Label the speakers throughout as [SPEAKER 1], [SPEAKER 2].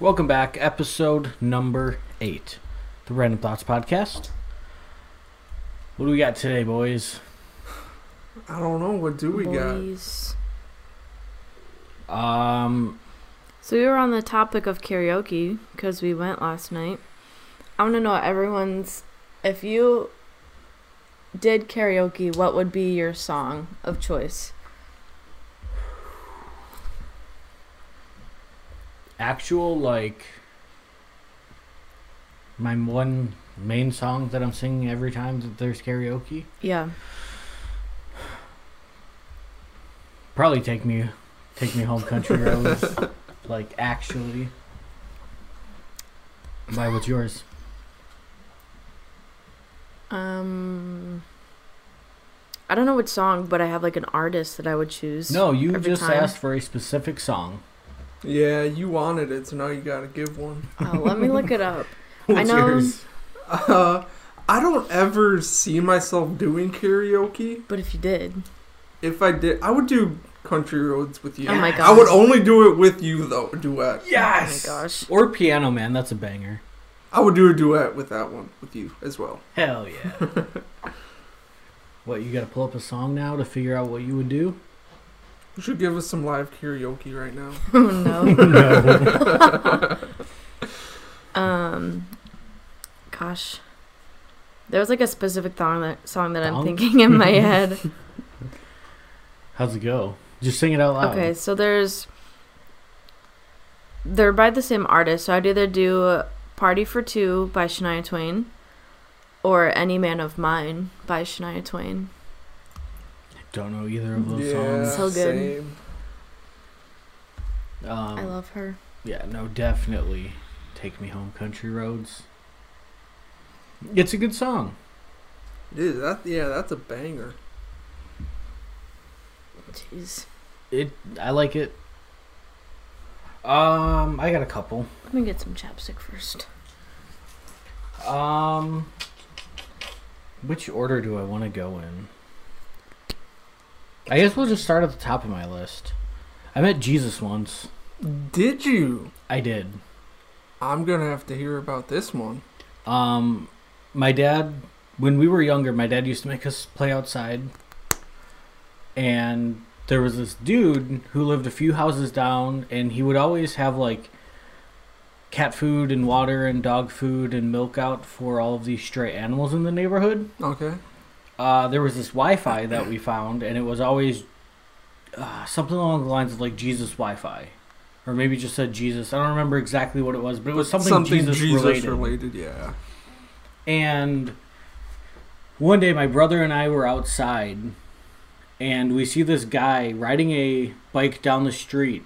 [SPEAKER 1] Welcome back, episode number eight, the Random Thoughts Podcast. What do we got today, boys?
[SPEAKER 2] I don't know. What do we got?
[SPEAKER 3] Boys.
[SPEAKER 1] Um,
[SPEAKER 3] So we were on the topic of karaoke because we went last night. I want to know everyone's. If you did karaoke, what would be your song of choice?
[SPEAKER 1] actual like my one main song that I'm singing every time that there's karaoke.
[SPEAKER 3] Yeah.
[SPEAKER 1] Probably take me, take me home, country roads. like actually. Why? What's yours?
[SPEAKER 3] Um. I don't know which song, but I have like an artist that I would choose.
[SPEAKER 1] No, you
[SPEAKER 3] Every
[SPEAKER 1] just
[SPEAKER 3] time.
[SPEAKER 1] asked for a specific song.
[SPEAKER 2] Yeah, you wanted it, so now you gotta give one.
[SPEAKER 3] Oh, let me look it up.
[SPEAKER 1] What's
[SPEAKER 3] know.
[SPEAKER 1] yours?
[SPEAKER 2] Uh, I don't ever see myself doing karaoke.
[SPEAKER 3] But if you did, Oh
[SPEAKER 2] If I did, I would do country roads with you.
[SPEAKER 3] Oh my
[SPEAKER 2] I would
[SPEAKER 3] gosh.
[SPEAKER 2] only do it with you though. A duet.
[SPEAKER 3] oh my gosh,
[SPEAKER 1] Or Piano Man. That's a banger.
[SPEAKER 2] I would do a duet with that one with you as well.
[SPEAKER 1] Hell yeah. what, you gotta pull up a song now to figure out what you would do?
[SPEAKER 2] You should give us some live karaoke right now.
[SPEAKER 3] oh no.
[SPEAKER 1] no.
[SPEAKER 3] Oh, Um, gosh, there was like a specific song that song that
[SPEAKER 1] Thong?
[SPEAKER 3] I'm thinking in my head.
[SPEAKER 1] How's it go? Just sing it out loud.
[SPEAKER 3] Okay, so there's they're by the same artist, so I'd either do "Party for Two by Shania Twain or "Any Man of Mine" by Shania Twain.
[SPEAKER 1] Don't know either of those songs.
[SPEAKER 3] So good.
[SPEAKER 2] Same.
[SPEAKER 1] Um,
[SPEAKER 3] I love her.
[SPEAKER 1] yeah, no, definitely. Take Me Home Country Roads. It's a good song.
[SPEAKER 2] Dude, that yeah, that's a banger.
[SPEAKER 3] Jeez,
[SPEAKER 1] It, I like it. Um, I got a couple.
[SPEAKER 3] let me get some chapstick first.
[SPEAKER 1] Um, which order do I want to go in? I guess we'll just start at the top of my list. I met Jesus once.
[SPEAKER 2] Did you?
[SPEAKER 1] I did.
[SPEAKER 2] I'm gonna have to hear about this one.
[SPEAKER 1] Um, my dad, when we were younger, my dad used to make us play outside. And there was this dude who lived a few houses down, and he would always have like cat food and water and dog food and milk out for all of these stray animals in the neighborhood.
[SPEAKER 2] Okay.
[SPEAKER 1] uh, there was this Wi-Fi that we found, and it was always uh, something along the lines of like Jesus Wi-Fi, or maybe just said Jesus. I don't remember exactly what it was, but it was something, Jesus, related.
[SPEAKER 2] related. Yeah.
[SPEAKER 1] And one day, my brother and I were outside, and we see this guy riding a bike down the street,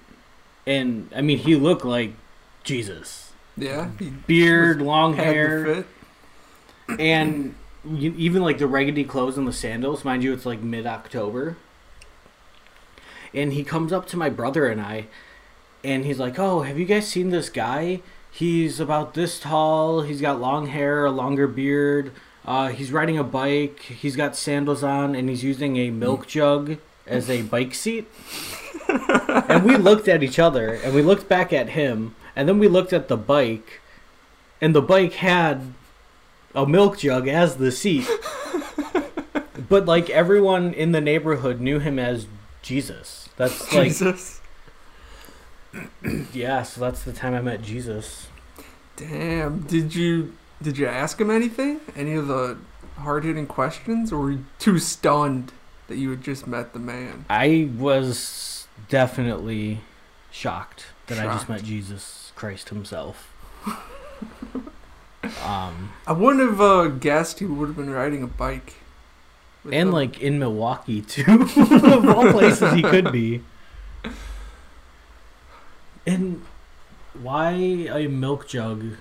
[SPEAKER 1] and I mean, he looked like Jesus,
[SPEAKER 2] Yeah. He
[SPEAKER 1] beard, long
[SPEAKER 2] had the
[SPEAKER 1] hair
[SPEAKER 2] fit.
[SPEAKER 1] and you, even like the raggedy clothes and the sandals, mind you, it's like mid October. And he comes up to my brother and I, and he's like, "Oh, have you guys seen this guy? He's about this tall. He's got long hair, a longer beard. Uh, he's riding a bike. He's got sandals on, and he's using a milk jug as a bike seat." and we looked at each other, and we looked back at him, and then we looked at the bike, and the bike had a milk jug as the seat. but like everyone in the neighborhood knew him as Jesus. That's like
[SPEAKER 2] Jesus.
[SPEAKER 1] yeah, so that's the time I met Jesus.
[SPEAKER 2] Damn. Did you did you ask him anything? Any of the hard hitting questions, or were you too stunned that you had just met the man?
[SPEAKER 1] I was definitely shocked that I just
[SPEAKER 2] Shocked.
[SPEAKER 1] met Jesus Christ himself. um
[SPEAKER 2] I wouldn't have uh, guessed he would have been riding a bike. with
[SPEAKER 1] and
[SPEAKER 2] them.
[SPEAKER 1] like in Milwaukee too, of all places he could be. And why a milk jug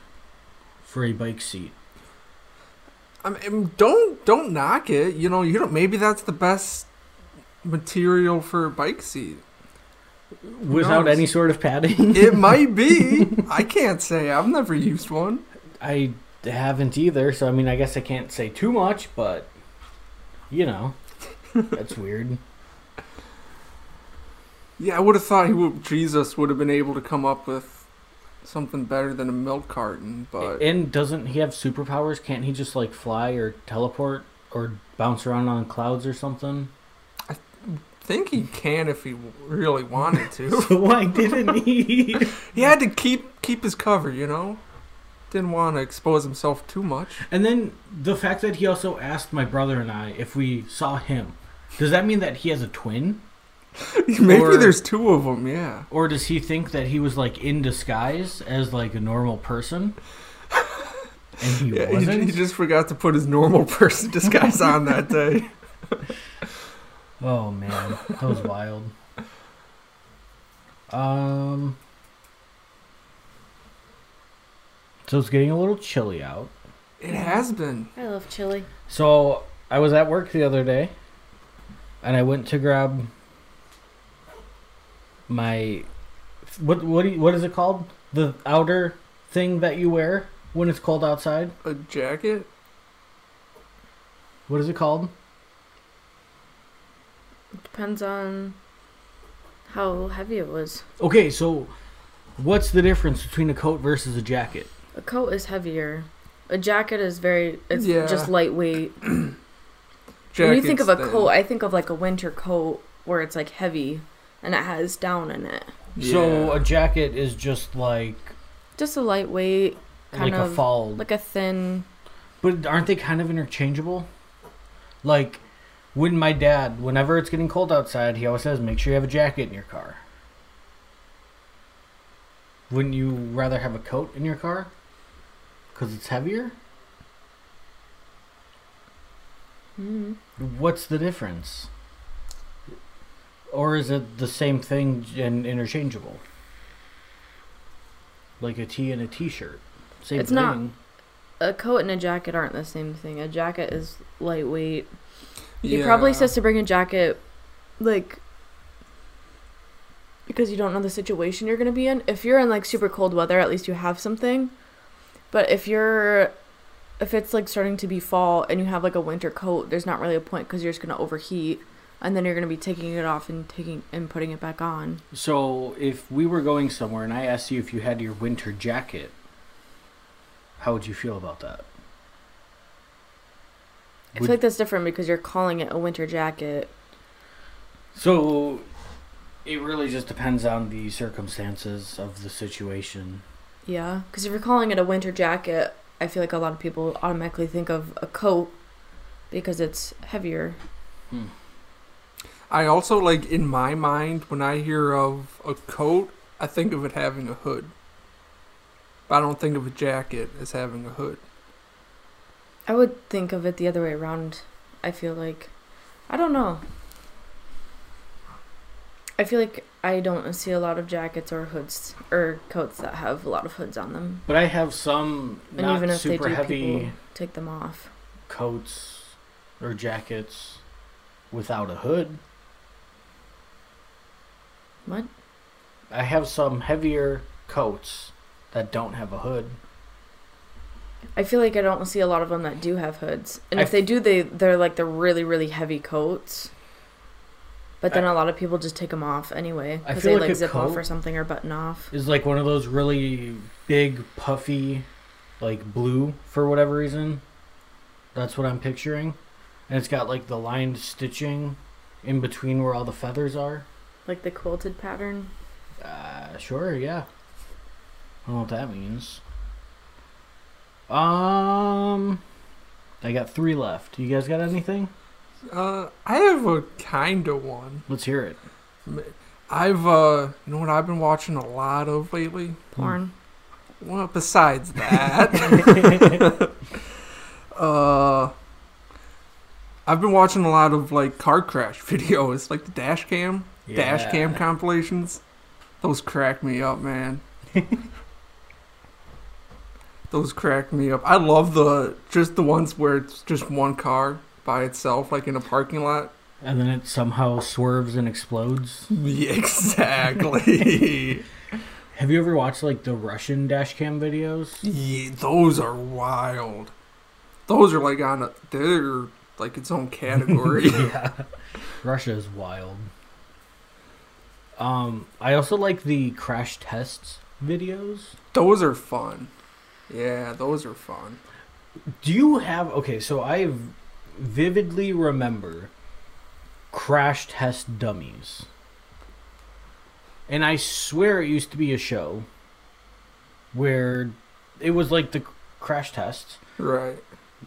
[SPEAKER 1] for a bike seat?
[SPEAKER 2] I mean, don't don't knock it. You know, you don't. Maybe that's the best material for a bike seat.
[SPEAKER 1] without
[SPEAKER 2] knows?
[SPEAKER 1] any sort of padding.
[SPEAKER 2] It might be. I can't say. I've never used one.
[SPEAKER 1] I haven't either, so I mean, I guess I can't say too much, but you know, that's weird.
[SPEAKER 2] Yeah, I would have thought he would, Jesus would have been able to come up with something better than a milk carton, but
[SPEAKER 3] Eh,
[SPEAKER 1] and doesn't he have superpowers? Can't he just like fly or teleport or bounce around on clouds or something?
[SPEAKER 2] I think he can if he really wanted to.
[SPEAKER 1] So why didn't he?
[SPEAKER 2] he had to keep keep his cover, you know. Didn't want to expose himself too much.
[SPEAKER 1] and then the fact that he also asked my brother and I if we saw him. Does that mean that he has a twin?
[SPEAKER 2] Maybe
[SPEAKER 1] Or-
[SPEAKER 2] there's two of them. Yeah.
[SPEAKER 1] Or does he think that he was like in disguise as like a normal person? And he
[SPEAKER 2] Yeah, he,
[SPEAKER 1] wasn't?
[SPEAKER 2] he just forgot to put his normal person disguise on that day.
[SPEAKER 1] Oh man, that was wild. Um, so it's getting a little chilly out.
[SPEAKER 2] It has been.
[SPEAKER 3] I love chili.
[SPEAKER 1] So I was at work the other day, and I went to grab my what what do you, what is it called? The outer thing that you wear when it's cold outside.
[SPEAKER 2] A jacket?
[SPEAKER 1] What is it called?
[SPEAKER 3] Depends on how heavy it was.
[SPEAKER 1] Okay, so what's the difference between a coat versus a jacket?
[SPEAKER 3] A coat is heavier. A jacket is very it's
[SPEAKER 2] Yeah.
[SPEAKER 3] just lightweight.
[SPEAKER 2] Jacket.
[SPEAKER 3] when you think of a coat, I think of like a winter coat where it's like heavy and it has down in it.
[SPEAKER 1] So uh, a jacket is just like
[SPEAKER 3] Just a lightweight kind
[SPEAKER 1] like
[SPEAKER 3] of
[SPEAKER 1] a fold.
[SPEAKER 3] like a thin
[SPEAKER 1] but aren't they kind of interchangeable? Like when my dad, whenever it's getting cold outside, he always says, "Make sure you have a jacket in your car." Wouldn't you rather have a coat in your car? Cuz it's heavier?
[SPEAKER 3] mm,
[SPEAKER 1] What's the difference? Or is it the same thing and interchangeable? Like a tee and a t-shirt. Same
[SPEAKER 3] It's
[SPEAKER 1] thing.
[SPEAKER 3] not- a coat and a jacket aren't the same thing. A jacket is lightweight. He probably says to bring a jacket, like, because you don't know the situation you're going to be in. If you're in, like, super cold weather, at least you have something. But if you're, if it's, like, starting to be fall and you have, like, a winter coat, there's not really a point because you're just going to overheat. And then you're going to be taking it off and taking and putting it back on.
[SPEAKER 1] So, if we were going somewhere and I asked you if you had your winter jacket, how would you feel about that?
[SPEAKER 3] I
[SPEAKER 1] Would-
[SPEAKER 3] feel like that's different because you're calling it a winter jacket.
[SPEAKER 1] So, it really just depends on the circumstances of the situation.
[SPEAKER 3] Yeah, because if you're calling it a winter jacket, I feel like a lot of people automatically think of a coat because it's heavier.
[SPEAKER 2] I also like in my mind when I hear of a coat, I think of it having a hood. But I don't think of a jacket as having a hood.
[SPEAKER 3] I would think of it the other way around. I feel like I don't know. I feel like I don't see a lot of jackets or hoods or coats that have a lot of hoods on them.
[SPEAKER 1] But I have some
[SPEAKER 3] And
[SPEAKER 1] not
[SPEAKER 3] even if they
[SPEAKER 1] super
[SPEAKER 3] do,
[SPEAKER 1] heavy
[SPEAKER 3] people take them off.
[SPEAKER 1] coats or jackets without a hood.
[SPEAKER 3] What?
[SPEAKER 1] I have some heavier coats that don't have a hood.
[SPEAKER 3] I feel like I don't see a lot of them that do have hoods, and
[SPEAKER 1] I
[SPEAKER 3] if they do, they they're like the really really heavy coats. But then a lot of people just take them off anyway
[SPEAKER 1] I
[SPEAKER 3] because
[SPEAKER 1] feel like
[SPEAKER 3] they like
[SPEAKER 1] a
[SPEAKER 3] zip off
[SPEAKER 1] coat-
[SPEAKER 3] or something or button off.
[SPEAKER 1] is like one of those really big, puffy, like blue for whatever reason. That's what I'm picturing. And it's got like the lined stitching in between where all the feathers are.
[SPEAKER 3] Like the quilted pattern.
[SPEAKER 1] Uh, sure, yeah. I don't know what that means. Um, I got three left. You guys got anything?
[SPEAKER 2] Uh, I have a kinda one.
[SPEAKER 1] Let's hear it.
[SPEAKER 2] I've uh, you know what I've been watching a lot of lately.
[SPEAKER 1] Hmm.
[SPEAKER 3] Porn.
[SPEAKER 2] Well, besides that, uh, I've been watching a lot of like car crash videos, like the dash cam, dash cam compilations. Those crack me up, man. Those crack me up. I love the just the ones where it's just one car by itself, like in a parking lot.
[SPEAKER 1] And then it somehow swerves and explodes.
[SPEAKER 2] Yeah, exactly.
[SPEAKER 1] Have you ever watched like the Russian dash cam videos?
[SPEAKER 2] yeah, those are wild. Those are like on a they're like its own category.
[SPEAKER 1] yeah. Russia is wild. Um, I also like the crash tests videos.
[SPEAKER 2] Those are fun. Yeah, those are fun.
[SPEAKER 1] Do you have okay? So I vividly remember crash test dummies, and I swear it used to be a show where it was like the crash test,
[SPEAKER 2] Right.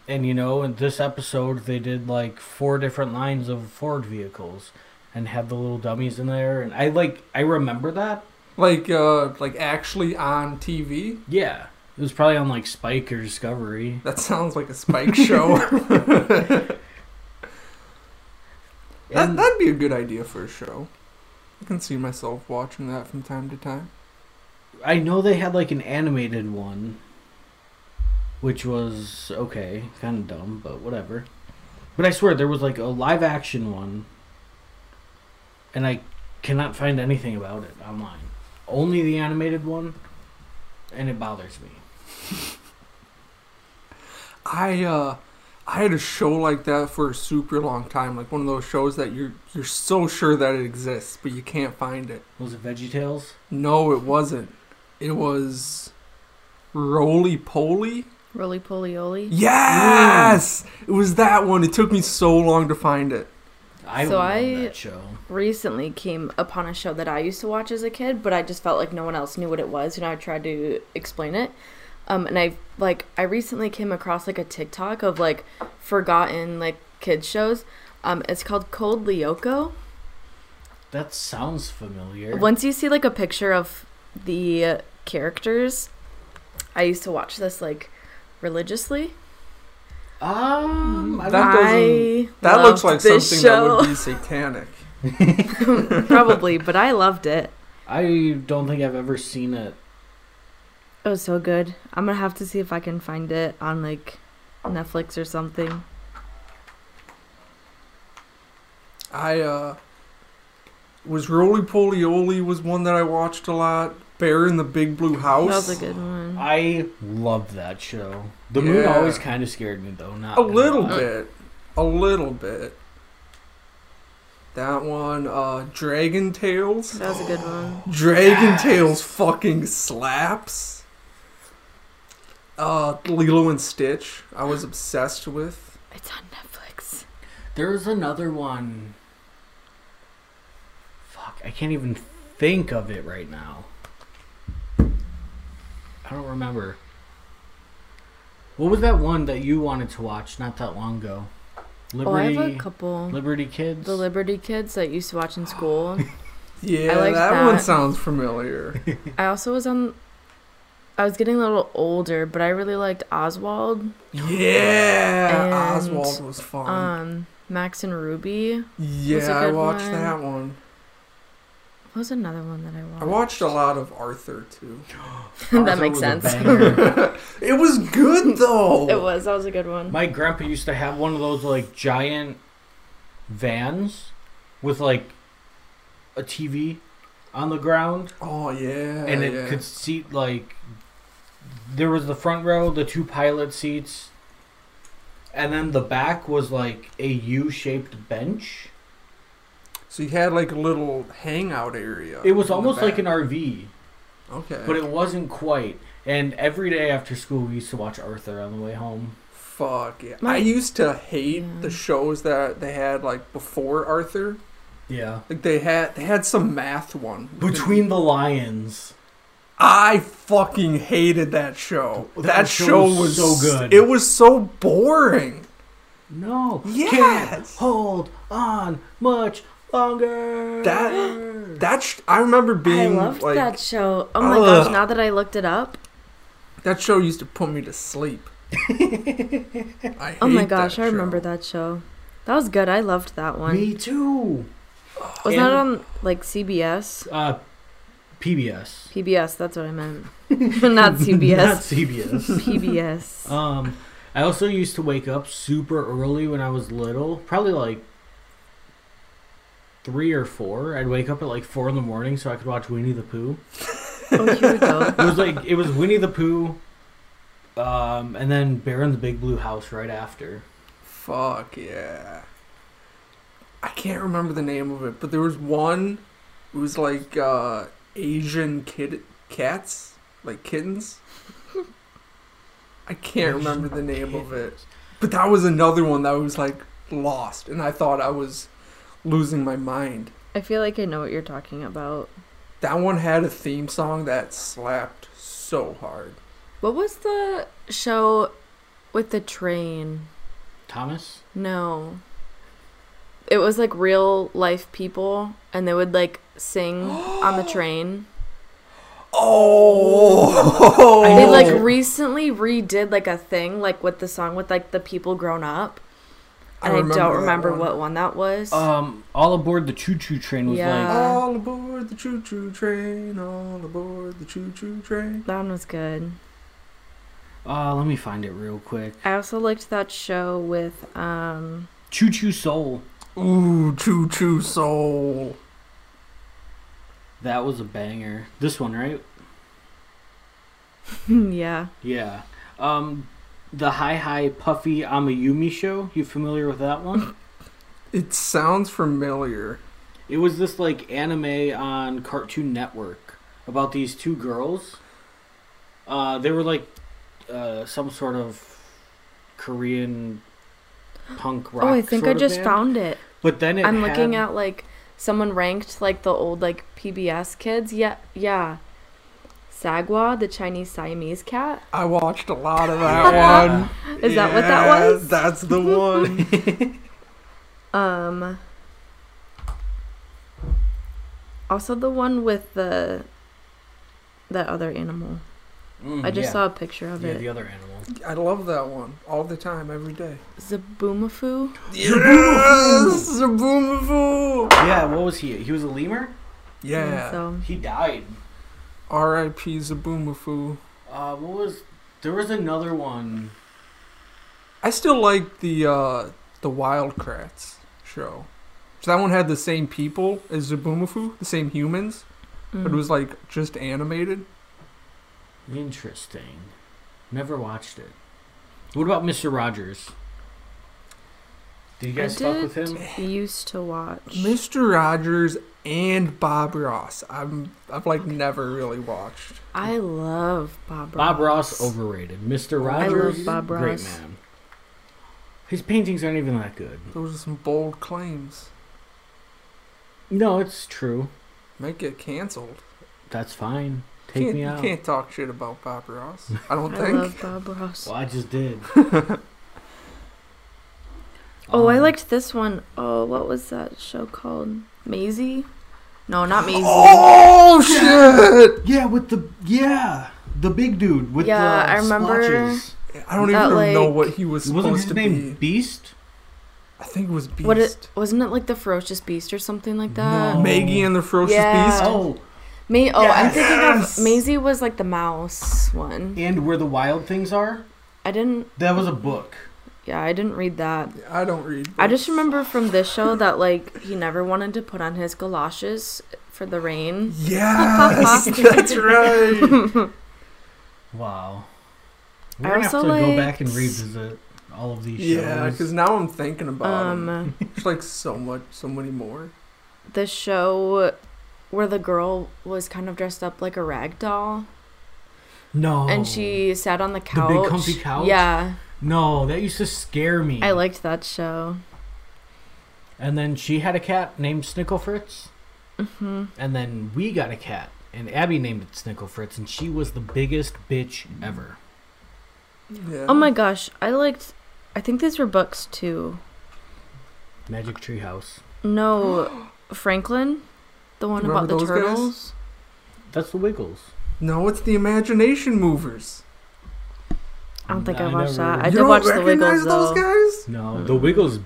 [SPEAKER 1] and you know, in this episode they did like four different lines of Ford vehicles and had the little dummies in there, and I like I remember that.
[SPEAKER 2] Like uh like actually on TV.
[SPEAKER 1] Yeah, it was probably on like Spike or Discovery.
[SPEAKER 2] That sounds like a spike show. that,
[SPEAKER 1] And-
[SPEAKER 2] that'd be a good idea for a show. I can see myself watching that from time to time.
[SPEAKER 1] I know they had like an animated one, which was okay, kind of dumb, but whatever. But I swear there was like a live action one, and I cannot find anything about it online. Only the animated one, and it bothers me.
[SPEAKER 2] I uh I had a show like that for a super long time, like one of those shows that you're you're so sure that it exists, but you can't find it.
[SPEAKER 1] Was it VeggieTales?
[SPEAKER 2] No, it wasn't. It was Roly Poly.
[SPEAKER 3] Roly poly oly.
[SPEAKER 2] Yes, it was that one. It took me so long to find it.
[SPEAKER 1] I
[SPEAKER 3] So
[SPEAKER 1] love
[SPEAKER 3] I-
[SPEAKER 1] that show.
[SPEAKER 3] Recently came upon a show that I used to watch as a kid, but I just felt like no one else knew what it was, and I tried to explain it. Um, and I like I recently came across like a TikTok of like forgotten like kids shows. Um, it's called Cold Lyoko.
[SPEAKER 1] That sounds familiar.
[SPEAKER 3] Once you see like a picture of the characters, I used to watch this like religiously.
[SPEAKER 1] Um, I
[SPEAKER 2] Mm, That
[SPEAKER 1] don't-
[SPEAKER 2] doesn't-
[SPEAKER 3] I
[SPEAKER 2] That looks like
[SPEAKER 3] loved this
[SPEAKER 2] something
[SPEAKER 3] show.
[SPEAKER 2] that would be satanic.
[SPEAKER 3] probably, but I loved it.
[SPEAKER 1] I don't think I've ever seen it.
[SPEAKER 3] It was so good. I'm gonna have to see if I can find it on like Netflix or something.
[SPEAKER 2] I uh was Roly Poly Oly was one that I watched a lot. Bear in the Big Blue
[SPEAKER 3] That
[SPEAKER 2] House.
[SPEAKER 3] was a good one.
[SPEAKER 1] I love that show. The moon
[SPEAKER 2] Yeah.
[SPEAKER 1] always kind of scared me though. Not
[SPEAKER 2] A
[SPEAKER 1] gonna
[SPEAKER 2] little
[SPEAKER 1] lie.
[SPEAKER 2] bit. A little bit. That one, uh, Dragon Tales.
[SPEAKER 3] That was a good one.
[SPEAKER 2] Dragon Tales fucking slaps. Uh, Lilo and Stitch, I was obsessed with.
[SPEAKER 3] It's on Netflix.
[SPEAKER 1] There's another one. Fuck, I can't even think of it right now. I don't remember. What was that one that you wanted to watch not that long ago? Liberty
[SPEAKER 3] oh, I have a couple.
[SPEAKER 1] Liberty Kids.
[SPEAKER 3] The Liberty Kids that I used to watch in school.
[SPEAKER 2] Yeah,
[SPEAKER 3] liked
[SPEAKER 2] that, one
[SPEAKER 3] that.
[SPEAKER 2] sounds familiar.
[SPEAKER 3] I also was on. I was getting a little older, but I really liked Oswald,
[SPEAKER 2] yeah,
[SPEAKER 3] And,
[SPEAKER 2] Oswald was fun.
[SPEAKER 3] um, Max and Ruby. was
[SPEAKER 2] yeah,
[SPEAKER 3] a
[SPEAKER 2] I
[SPEAKER 3] good
[SPEAKER 2] watched
[SPEAKER 3] one.
[SPEAKER 2] that one.
[SPEAKER 3] What was another one that I watched?
[SPEAKER 2] I watched a lot of Arthur too.
[SPEAKER 1] Ours
[SPEAKER 3] that makes
[SPEAKER 1] was a
[SPEAKER 3] sense.
[SPEAKER 1] banger.
[SPEAKER 2] It was good though.
[SPEAKER 3] It was. That was a good one.
[SPEAKER 1] My grandpa used to have one of those like giant vans with like a TV on the ground.
[SPEAKER 2] Oh yeah,
[SPEAKER 1] and it
[SPEAKER 2] yeah.
[SPEAKER 1] could seat like there was the front row, the two pilot seats, and then the back was like a U-shaped bench.
[SPEAKER 2] So you had like a little hangout area.
[SPEAKER 1] It was
[SPEAKER 2] in the
[SPEAKER 1] almost like an
[SPEAKER 2] back.
[SPEAKER 1] RV,
[SPEAKER 2] Okay.
[SPEAKER 1] but it wasn't quite. And every day after school, we used to watch Arthur on the way home.
[SPEAKER 2] Fuck yeah.
[SPEAKER 3] My-
[SPEAKER 2] I used to hate
[SPEAKER 3] Yeah.
[SPEAKER 2] the shows that they had like before Arthur.
[SPEAKER 1] Yeah,
[SPEAKER 2] Like they had they had some math one.
[SPEAKER 1] between the lions.
[SPEAKER 2] I fucking hated that show.
[SPEAKER 1] That
[SPEAKER 2] That,
[SPEAKER 1] show
[SPEAKER 2] show
[SPEAKER 1] was
[SPEAKER 2] was
[SPEAKER 1] so good.
[SPEAKER 2] It was so boring.
[SPEAKER 1] No, can't
[SPEAKER 2] Yes.
[SPEAKER 1] hold on much longer.
[SPEAKER 2] That- That sh- I remember
[SPEAKER 3] I
[SPEAKER 2] being
[SPEAKER 3] loved
[SPEAKER 2] like
[SPEAKER 3] that show. Oh my
[SPEAKER 2] Ugh.
[SPEAKER 3] gosh! Now that I looked it up,
[SPEAKER 2] that show used to put me to sleep. I hate
[SPEAKER 3] oh my gosh,
[SPEAKER 2] that
[SPEAKER 3] I remember
[SPEAKER 2] show.
[SPEAKER 3] that show. That was good. I loved that one.
[SPEAKER 1] me too.
[SPEAKER 3] was that
[SPEAKER 1] and-
[SPEAKER 3] on like CBS?
[SPEAKER 1] Uh, PBS,
[SPEAKER 3] PBS. That's what I meant. Not CBS.
[SPEAKER 1] not CBS.
[SPEAKER 3] PBS.
[SPEAKER 1] Um, I also used to wake up super early when I was little, probably like three or four. I'd wake up at like four in the morning so I could watch Winnie the Pooh.
[SPEAKER 3] oh, here we go.
[SPEAKER 1] It was like it was Winnie the Pooh, um, and then Bear in the Big Blue House right after.
[SPEAKER 2] Fuck yeah. I can't remember the name of it, but there was one. It was like uh, Asian kid cats. like kittens. I can't remember the name of it. But that was another one that was like lost, and I thought I was losing my mind.
[SPEAKER 3] I feel like I know what you're talking about.
[SPEAKER 2] That one had a theme song that slapped so hard.
[SPEAKER 3] What was the show with the train?
[SPEAKER 1] Thomas?
[SPEAKER 3] No. It was like real life people, and they would like sing on the train.
[SPEAKER 2] Oh,
[SPEAKER 1] I
[SPEAKER 3] They
[SPEAKER 1] know
[SPEAKER 3] like
[SPEAKER 1] what you're-
[SPEAKER 3] recently redid like a thing, like with the song with like the people grown up.
[SPEAKER 2] I
[SPEAKER 3] And I,
[SPEAKER 2] remember
[SPEAKER 3] don't
[SPEAKER 2] that
[SPEAKER 3] remember
[SPEAKER 2] one.
[SPEAKER 3] what one that was.
[SPEAKER 1] Um, All Aboard the Choo Choo Train was
[SPEAKER 3] Yeah.
[SPEAKER 1] like.
[SPEAKER 2] All aboard the choo choo train, all aboard the choo choo train.
[SPEAKER 3] that one was good.
[SPEAKER 1] Uh, let me find it real quick.
[SPEAKER 3] I also liked that show with um
[SPEAKER 1] Choo Choo Soul.
[SPEAKER 2] Ooh, choo choo soul.
[SPEAKER 1] That was a banger. This one, right?
[SPEAKER 3] yeah.
[SPEAKER 1] Yeah. Um, the Hi Hi Puffy Amayumi Show. You familiar with that one?
[SPEAKER 2] It sounds familiar.
[SPEAKER 1] It was this like anime on Cartoon Network about these two girls. Uh, they were like uh, some sort of Korean punk rock.
[SPEAKER 3] oh, I think I
[SPEAKER 1] sort of
[SPEAKER 3] just
[SPEAKER 1] band.
[SPEAKER 3] found it.
[SPEAKER 1] But then it
[SPEAKER 3] I'm looking
[SPEAKER 1] had-
[SPEAKER 3] at like someone ranked like the old like PBS kids. Yeah, yeah. Sagwa, the Chinese Siamese cat.
[SPEAKER 2] I watched a lot of that
[SPEAKER 1] Yeah.
[SPEAKER 2] one.
[SPEAKER 3] Is that what that
[SPEAKER 2] Yeah,
[SPEAKER 3] was?
[SPEAKER 2] That's the one.
[SPEAKER 3] Um. Also, the one with the that other animal.
[SPEAKER 1] Mm,
[SPEAKER 3] I just
[SPEAKER 1] yeah.
[SPEAKER 3] saw a picture of
[SPEAKER 1] Yeah,
[SPEAKER 3] it.
[SPEAKER 1] the other animal.
[SPEAKER 2] I love that one all the time, every day.
[SPEAKER 3] Zaboomafoo.
[SPEAKER 2] Yes, Zaboomafoo.
[SPEAKER 1] Yeah, what was he? He was a lemur.
[SPEAKER 2] Yeah.
[SPEAKER 3] So
[SPEAKER 1] He died.
[SPEAKER 2] R.I.P. Zaboomafoo.
[SPEAKER 1] Uh, what was? There was another one.
[SPEAKER 2] I still like the uh, the Wildcrats show. So that one had the same people as Zaboomafoo, the same humans, but it
[SPEAKER 3] mm.
[SPEAKER 2] was like just animated.
[SPEAKER 1] Interesting. Never watched it. What about Mister Rogers? Did you
[SPEAKER 3] I
[SPEAKER 1] guys fuck with
[SPEAKER 3] did.
[SPEAKER 1] him?
[SPEAKER 3] used to watch.
[SPEAKER 2] Mr. Rogers and Bob Ross. I'm I've like never really watched.
[SPEAKER 3] I love Bob.
[SPEAKER 1] Bob Ross overrated. Mr.
[SPEAKER 2] I love
[SPEAKER 1] Rogers,
[SPEAKER 3] Bob
[SPEAKER 1] great
[SPEAKER 3] Ross.
[SPEAKER 1] man. His paintings aren't even that good.
[SPEAKER 2] Those are some bold claims.
[SPEAKER 1] No, it's true.
[SPEAKER 2] Might get canceled.
[SPEAKER 1] That's fine. Take
[SPEAKER 2] can't,
[SPEAKER 1] me
[SPEAKER 2] you
[SPEAKER 1] out.
[SPEAKER 2] can't talk shit about Bob Ross. oh, I don't
[SPEAKER 3] I
[SPEAKER 2] think.
[SPEAKER 3] love Bob Ross.
[SPEAKER 1] Well, I just did.
[SPEAKER 3] Oh, I
[SPEAKER 1] Um,
[SPEAKER 3] liked this one. Oh, what was that show called? Maisie? No, not Maisie.
[SPEAKER 2] Oh shit!
[SPEAKER 1] Yeah, with the yeah, the big dude with
[SPEAKER 3] Yeah,
[SPEAKER 1] the
[SPEAKER 3] I remember-
[SPEAKER 1] splotches.
[SPEAKER 2] I don't even
[SPEAKER 3] That,
[SPEAKER 2] know
[SPEAKER 3] like-
[SPEAKER 2] what he was supposed
[SPEAKER 1] Wasn't his
[SPEAKER 2] to
[SPEAKER 1] name
[SPEAKER 2] be.
[SPEAKER 1] Beast?
[SPEAKER 2] I think it was Beast.
[SPEAKER 3] What it wasn't it like the ferocious beast or something like that?
[SPEAKER 1] No.
[SPEAKER 2] Maggie and the Ferocious
[SPEAKER 3] Yeah.
[SPEAKER 2] Beast.
[SPEAKER 1] Oh,
[SPEAKER 3] Ma- oh, I'm thinking
[SPEAKER 2] Yes!
[SPEAKER 3] of Maisie was like the mouse one.
[SPEAKER 1] and where the wild things are?
[SPEAKER 3] I didn't.
[SPEAKER 1] That was a book.
[SPEAKER 3] Yeah, I didn't read that.
[SPEAKER 2] I don't read.
[SPEAKER 3] I just
[SPEAKER 2] books.
[SPEAKER 3] remember from this show that like he never wanted to put on his galoshes for the rain.
[SPEAKER 2] Yes, that's right.
[SPEAKER 1] Wow.
[SPEAKER 3] I
[SPEAKER 1] We're gonna have to
[SPEAKER 3] also
[SPEAKER 1] go
[SPEAKER 3] liked-
[SPEAKER 1] back and revisit all of these shows.
[SPEAKER 2] yeah, because now I'm thinking about him.
[SPEAKER 3] Um,
[SPEAKER 2] There's like so much, so many more.
[SPEAKER 3] the show where the girl was kind of dressed up like a rag doll
[SPEAKER 1] no,
[SPEAKER 3] and she sat on the couch.
[SPEAKER 1] Oh. big comfy couch?
[SPEAKER 3] Yeah.
[SPEAKER 1] no, that used to scare me.
[SPEAKER 3] I liked that show.
[SPEAKER 1] And then she had a cat named Snickle Fritz. Mm-hmm. And then we got a cat, and Abby named it Snickle Fritz, and she was the biggest bitch ever.
[SPEAKER 2] Yeah.
[SPEAKER 3] Oh my gosh, I liked. I think these were books too.
[SPEAKER 1] Magic Tree House.
[SPEAKER 3] No, Franklin, the one
[SPEAKER 2] Remember
[SPEAKER 3] about the
[SPEAKER 2] those guys?
[SPEAKER 3] turtles.
[SPEAKER 1] That's the Wiggles.
[SPEAKER 2] No, it's the Imagination Movers.
[SPEAKER 3] I don't think I,
[SPEAKER 1] I
[SPEAKER 3] watched
[SPEAKER 1] never-
[SPEAKER 3] that. I
[SPEAKER 1] You
[SPEAKER 3] did watch the
[SPEAKER 2] recognize
[SPEAKER 3] Wiggles though.
[SPEAKER 2] those guys?
[SPEAKER 3] Uh,
[SPEAKER 1] No, the Wiggles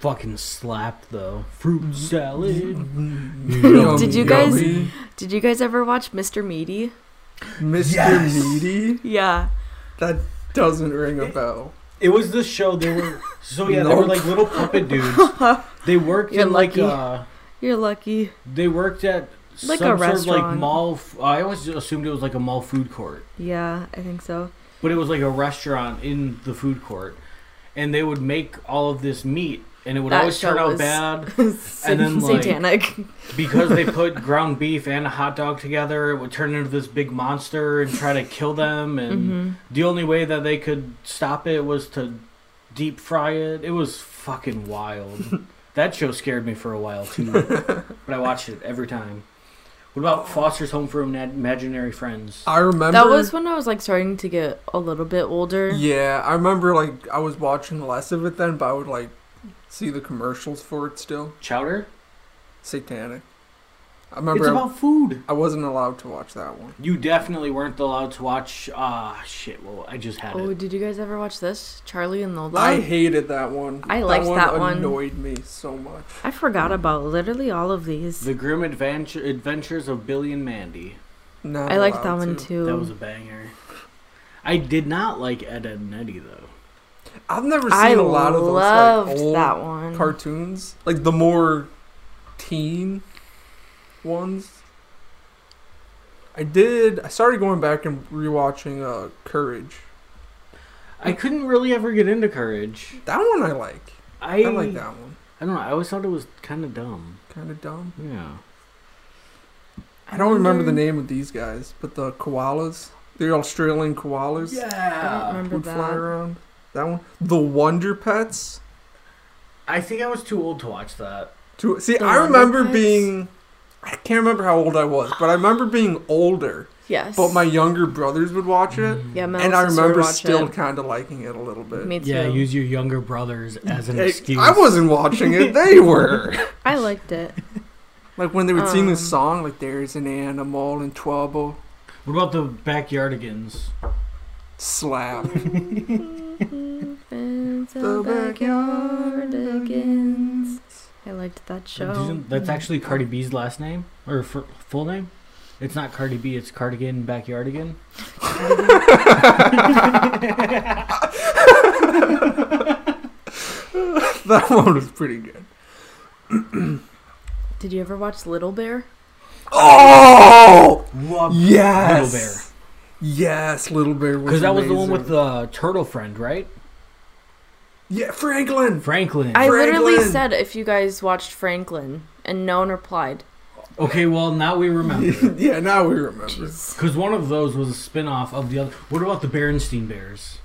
[SPEAKER 1] fucking slapped though.
[SPEAKER 3] Mm-hmm.
[SPEAKER 1] Fruit salad.
[SPEAKER 2] Mm,
[SPEAKER 3] Did you
[SPEAKER 2] yum,
[SPEAKER 3] guys-
[SPEAKER 2] yummy.
[SPEAKER 3] Did you guys ever watch Mr. Meaty?
[SPEAKER 2] Mr.
[SPEAKER 1] Yes.
[SPEAKER 2] Meaty?
[SPEAKER 3] Yeah.
[SPEAKER 2] That doesn't ring a bell.
[SPEAKER 1] It was the show. They were so yeah. They were
[SPEAKER 2] Nope.
[SPEAKER 1] like little puppet dudes. They worked
[SPEAKER 3] You're
[SPEAKER 1] in like
[SPEAKER 3] lucky.
[SPEAKER 1] uh,
[SPEAKER 3] You're lucky.
[SPEAKER 1] they worked at some
[SPEAKER 3] Like a
[SPEAKER 1] sort of like
[SPEAKER 3] restaurant.
[SPEAKER 1] mall. f- I always assumed it was like a mall food court.
[SPEAKER 3] Yeah, I think so.
[SPEAKER 1] but it was like a restaurant in the food court and they would make all of this meat and it would
[SPEAKER 3] That
[SPEAKER 1] always turn
[SPEAKER 3] show
[SPEAKER 1] out
[SPEAKER 3] was-
[SPEAKER 1] bad
[SPEAKER 3] Sat-
[SPEAKER 1] then, like-
[SPEAKER 3] satanic.
[SPEAKER 1] because they put ground beef and a hot dog together. It would turn into this big monster and try to kill them. And
[SPEAKER 3] hmm
[SPEAKER 1] the only way that they could stop it was to deep fry it. It was fucking wild. that show scared me for a while too, but I watched it every time. What about Foster's Home for Ima- Imaginary Friends?
[SPEAKER 2] I remember
[SPEAKER 3] That was when I was like starting to get a little bit older.
[SPEAKER 2] Yeah, I remember like I was watching less of it then, but I would like see the commercials for it still.
[SPEAKER 1] Chowder?
[SPEAKER 2] Satanic. I
[SPEAKER 1] It's
[SPEAKER 2] remember I,
[SPEAKER 1] about food.
[SPEAKER 2] I wasn't allowed to watch that one.
[SPEAKER 1] You definitely weren't allowed to watch. Ah, shit. Well, I just had
[SPEAKER 3] Oh,
[SPEAKER 1] it.
[SPEAKER 3] did you guys ever watch this? Charlie and Lola?
[SPEAKER 2] I hated that one.
[SPEAKER 3] I liked that one.
[SPEAKER 2] Annoyed me so much.
[SPEAKER 3] I forgot about literally all of these.
[SPEAKER 1] The Grim Adventure Adventures of Billy and Mandy.
[SPEAKER 2] Not
[SPEAKER 3] I liked that
[SPEAKER 2] allowed
[SPEAKER 3] one
[SPEAKER 2] to.
[SPEAKER 3] too.
[SPEAKER 1] Oh, That was a banger. I did not like Ed, Ed and Eddie though.
[SPEAKER 2] I've never seen
[SPEAKER 3] I
[SPEAKER 2] a lot of those
[SPEAKER 3] loved
[SPEAKER 2] like, old
[SPEAKER 3] that one.
[SPEAKER 2] cartoons, like the more teen ones. I did. I started going back and rewatching uh, Courage.
[SPEAKER 1] I couldn't really ever get into Courage.
[SPEAKER 2] That one I like.
[SPEAKER 1] I,
[SPEAKER 2] I, like that one.
[SPEAKER 1] I don't know. I always thought it was kind of dumb.
[SPEAKER 2] Kind of dumb.
[SPEAKER 1] Yeah.
[SPEAKER 2] I don't remember the
[SPEAKER 3] wonder-
[SPEAKER 2] name of these guys, but the koalas, the Australian koalas,
[SPEAKER 3] I don't
[SPEAKER 1] Yeah.
[SPEAKER 3] remember
[SPEAKER 2] would fly
[SPEAKER 3] that.
[SPEAKER 2] around. That one, the Wonder Pets.
[SPEAKER 1] I think I was too old to watch that.
[SPEAKER 2] To see,
[SPEAKER 3] The
[SPEAKER 2] I
[SPEAKER 3] Wonder
[SPEAKER 2] remember
[SPEAKER 3] Pets?
[SPEAKER 2] being. I can't remember how old I was, but I remember being older.
[SPEAKER 3] Yes.
[SPEAKER 2] But my younger brothers would watch it,
[SPEAKER 3] yeah, my
[SPEAKER 2] and I
[SPEAKER 3] little sister would
[SPEAKER 2] remember
[SPEAKER 3] watch
[SPEAKER 2] still
[SPEAKER 3] it.
[SPEAKER 2] kind of liking it a little bit.
[SPEAKER 3] Me too.
[SPEAKER 1] Yeah, use your younger brothers as an
[SPEAKER 2] Hey,
[SPEAKER 1] excuse.
[SPEAKER 2] I wasn't watching it; they were.
[SPEAKER 3] I liked it.
[SPEAKER 2] like when they would sing this
[SPEAKER 3] Um.
[SPEAKER 2] song, like "There's an animal in trouble,"
[SPEAKER 1] What about the Backyardigans?
[SPEAKER 2] slap.
[SPEAKER 3] Fence
[SPEAKER 2] The
[SPEAKER 3] and backyardigans. I liked that show.
[SPEAKER 1] Isn't- That's actually Cardi B's last name or f- full name. It's not Cardi B. It's Cardigan Backyardigan.
[SPEAKER 2] that one was pretty good.
[SPEAKER 3] Did you ever watch Little Bear?
[SPEAKER 2] Oh
[SPEAKER 1] Love
[SPEAKER 2] yes,
[SPEAKER 1] Little Bear.
[SPEAKER 2] Yes, Little Bear was
[SPEAKER 1] Because that was the one
[SPEAKER 2] amazing.
[SPEAKER 1] with the turtle friend, right?
[SPEAKER 2] yeah Franklin.
[SPEAKER 1] Franklin.
[SPEAKER 3] I literally
[SPEAKER 2] Franklin.
[SPEAKER 3] said if you guys watched Franklin, and no one replied.
[SPEAKER 1] Okay, well now we remember.
[SPEAKER 2] yeah, now we remember.
[SPEAKER 3] Jeez.
[SPEAKER 1] Because one of those was a spin-off of the other. What about the Berenstein Bears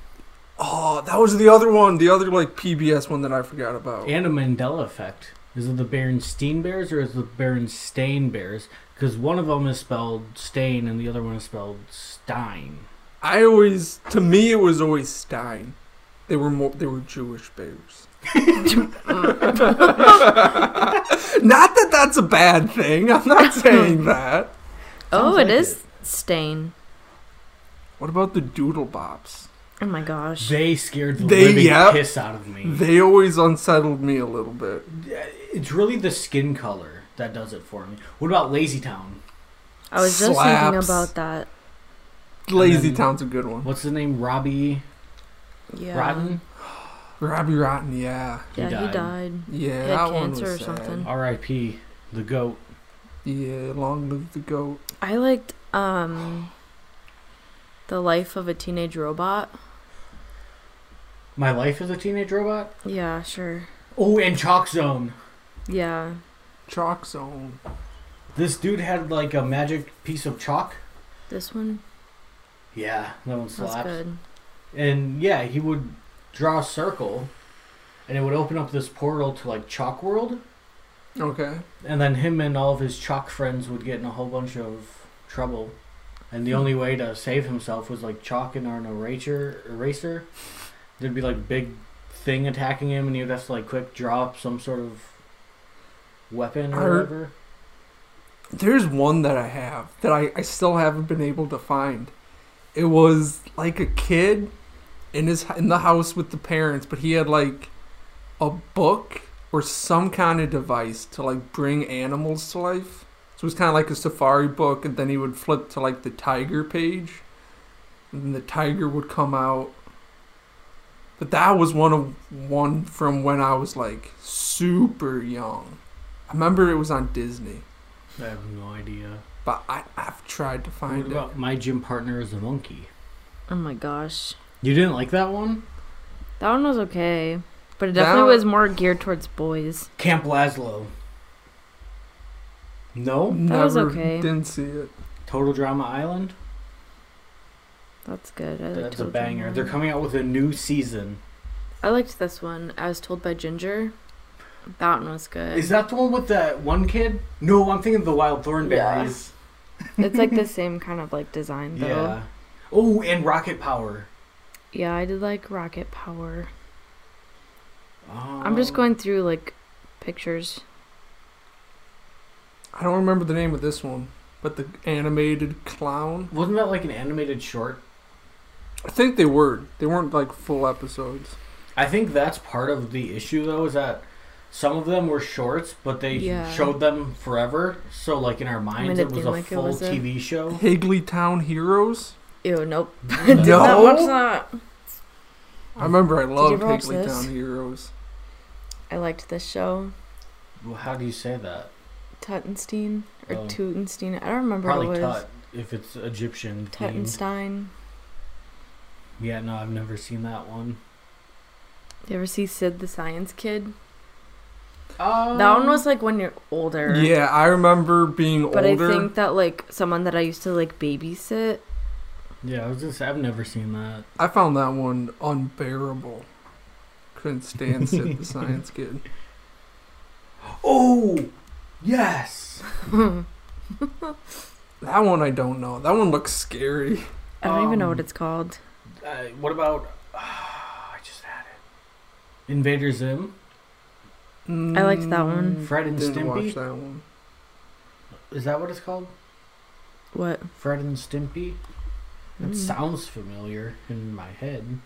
[SPEAKER 2] Oh, that was the other one, the other like PBS one that I forgot about.
[SPEAKER 1] and a Mandela Effect? Is it the Berenstein Bears or is it the Berenstain Bears? Because one of them is spelled Stain and the other one is spelled Stein.
[SPEAKER 2] I always, to me, it was always Stein. They were more, they were Jewish bears. Not that that's a bad thing. I'm not saying that.
[SPEAKER 3] Oh,
[SPEAKER 1] Sounds like
[SPEAKER 3] it is Stain.
[SPEAKER 2] What about the Doodle Bops?
[SPEAKER 3] Oh my gosh.
[SPEAKER 1] They scared the
[SPEAKER 2] They-
[SPEAKER 1] living
[SPEAKER 2] yep.
[SPEAKER 1] piss out of me. Uh,
[SPEAKER 2] They always unsettled me a little bit.
[SPEAKER 1] It's really the skin color that does it for me. What about Lazy Town?
[SPEAKER 3] I was just
[SPEAKER 2] Slaps.
[SPEAKER 3] thinking about that.
[SPEAKER 2] Lazy
[SPEAKER 1] then-
[SPEAKER 2] Town's a good one.
[SPEAKER 1] What's his name? Robbie
[SPEAKER 3] Yeah.
[SPEAKER 1] Rotten.
[SPEAKER 2] Robbie Rotten, yeah,
[SPEAKER 1] He
[SPEAKER 3] Yeah,
[SPEAKER 1] died.
[SPEAKER 3] he died.
[SPEAKER 2] yeah,
[SPEAKER 3] He had
[SPEAKER 2] that
[SPEAKER 3] cancer
[SPEAKER 2] one
[SPEAKER 3] or
[SPEAKER 2] was sad.
[SPEAKER 3] something.
[SPEAKER 1] R.I.P. The goat.
[SPEAKER 2] Yeah, long live the goat.
[SPEAKER 3] I liked um The Life of a Teenage Robot.
[SPEAKER 1] My life as a teenage robot.
[SPEAKER 3] Yeah, sure.
[SPEAKER 1] Oh, and Chalk Zone.
[SPEAKER 3] Yeah.
[SPEAKER 2] Chalk Zone.
[SPEAKER 1] This dude had like a magic piece of chalk.
[SPEAKER 3] This one
[SPEAKER 1] Yeah, that one
[SPEAKER 3] was
[SPEAKER 1] slaps.
[SPEAKER 3] good.
[SPEAKER 1] And yeah, he would draw a circle, and it would open up this portal to like Chalk World,
[SPEAKER 2] Okay.
[SPEAKER 1] and then him and all of his chalk friends would get in a whole bunch of trouble. And
[SPEAKER 2] Hmm.
[SPEAKER 1] the only way to save himself was like chalk and an eraser. Eraser. There'd be like big thing attacking him, and he would have to like quick draw up some sort of weapon
[SPEAKER 2] I heard-
[SPEAKER 1] or whatever.
[SPEAKER 2] There's one that I have that I, I still haven't been able to find. It was like a kid in his in the house with the parents, but he had like a book or some kind of device to like bring animals to life. So it was kind of like a safari book, and then he would flip to like the tiger page, and then the tiger would come out. But that was one of one from when I was like super young. I remember it was on Disney.
[SPEAKER 1] I have no idea.
[SPEAKER 2] But I, I've tried to
[SPEAKER 1] What
[SPEAKER 2] find it.
[SPEAKER 1] about my gym partner is a monkey?
[SPEAKER 3] Oh my gosh.
[SPEAKER 1] You didn't like that one?
[SPEAKER 3] That one was okay. But it definitely
[SPEAKER 2] That-
[SPEAKER 3] was more geared towards boys.
[SPEAKER 1] Camp Laszlo. No?
[SPEAKER 2] Never,
[SPEAKER 3] was okay.
[SPEAKER 2] Didn't see it.
[SPEAKER 1] Total Drama Island?
[SPEAKER 3] That's good. I liked
[SPEAKER 1] That's a
[SPEAKER 3] Total
[SPEAKER 1] banger.
[SPEAKER 3] Drama.
[SPEAKER 1] They're coming out with a new season.
[SPEAKER 3] I liked this one. As told by Ginger, that one was good.
[SPEAKER 1] Is that the one with that one kid? No, I'm thinking of the Wild
[SPEAKER 3] Yeah.
[SPEAKER 1] Thornberries.
[SPEAKER 3] it's like the same kind of like design though.
[SPEAKER 1] Yeah.
[SPEAKER 3] Yeah,
[SPEAKER 1] Oh, and Rocket Power.
[SPEAKER 3] I did like Rocket Power.
[SPEAKER 1] Um,
[SPEAKER 3] I'm just going through like pictures.
[SPEAKER 2] I don't remember the name of this one, but the animated clown.
[SPEAKER 1] Wasn't that like an animated short?
[SPEAKER 2] I think they were. They weren't like full episodes.
[SPEAKER 1] I think that's part of the issue though is that some of them were shorts, but they
[SPEAKER 3] Yeah.
[SPEAKER 1] showed them forever. So like in our minds,
[SPEAKER 3] it
[SPEAKER 1] it was
[SPEAKER 3] seemed
[SPEAKER 1] a
[SPEAKER 3] like it
[SPEAKER 1] full
[SPEAKER 3] was a-
[SPEAKER 1] TV show.
[SPEAKER 2] Higleytown Heroes.
[SPEAKER 3] Ew, nope.
[SPEAKER 1] No.
[SPEAKER 3] That one's not.
[SPEAKER 2] I remember I loved
[SPEAKER 3] ever watch this?
[SPEAKER 2] Higleytown Heroes.
[SPEAKER 3] I liked this show,
[SPEAKER 1] Well, how do you say that?
[SPEAKER 3] Tuttenstein or
[SPEAKER 1] Oh.
[SPEAKER 3] Tutenstein. I don't remember what
[SPEAKER 1] Probably
[SPEAKER 3] it was.
[SPEAKER 1] Tut if it's Egyptian. themed.
[SPEAKER 3] Tuttenstein.
[SPEAKER 1] Yeah, no, I've never seen that one.
[SPEAKER 3] You ever see Sid the Science Kid?
[SPEAKER 1] Um,
[SPEAKER 3] that one was like when you're older.
[SPEAKER 2] Yeah, I remember being
[SPEAKER 3] But
[SPEAKER 2] older.
[SPEAKER 3] I think that like someone that I used to like babysit.
[SPEAKER 1] Yeah, I was just. I've never seen that.
[SPEAKER 2] I found that one unbearable. Couldn't stand Sid the Science Kid.
[SPEAKER 1] Oh, yes.
[SPEAKER 2] That one I don't know. That one looks scary.
[SPEAKER 3] I don't even know
[SPEAKER 1] Um,
[SPEAKER 3] what it's called.
[SPEAKER 1] Uh, what about? I just had it. Invader Zim,
[SPEAKER 2] I
[SPEAKER 3] liked that one.
[SPEAKER 1] Fred and
[SPEAKER 2] Mm, Didn't watch
[SPEAKER 1] Stimpy.
[SPEAKER 2] that one.
[SPEAKER 1] Is that what it's called?
[SPEAKER 3] What?
[SPEAKER 1] Fred and Stimpy. That
[SPEAKER 3] Mm.
[SPEAKER 1] sounds familiar in my head.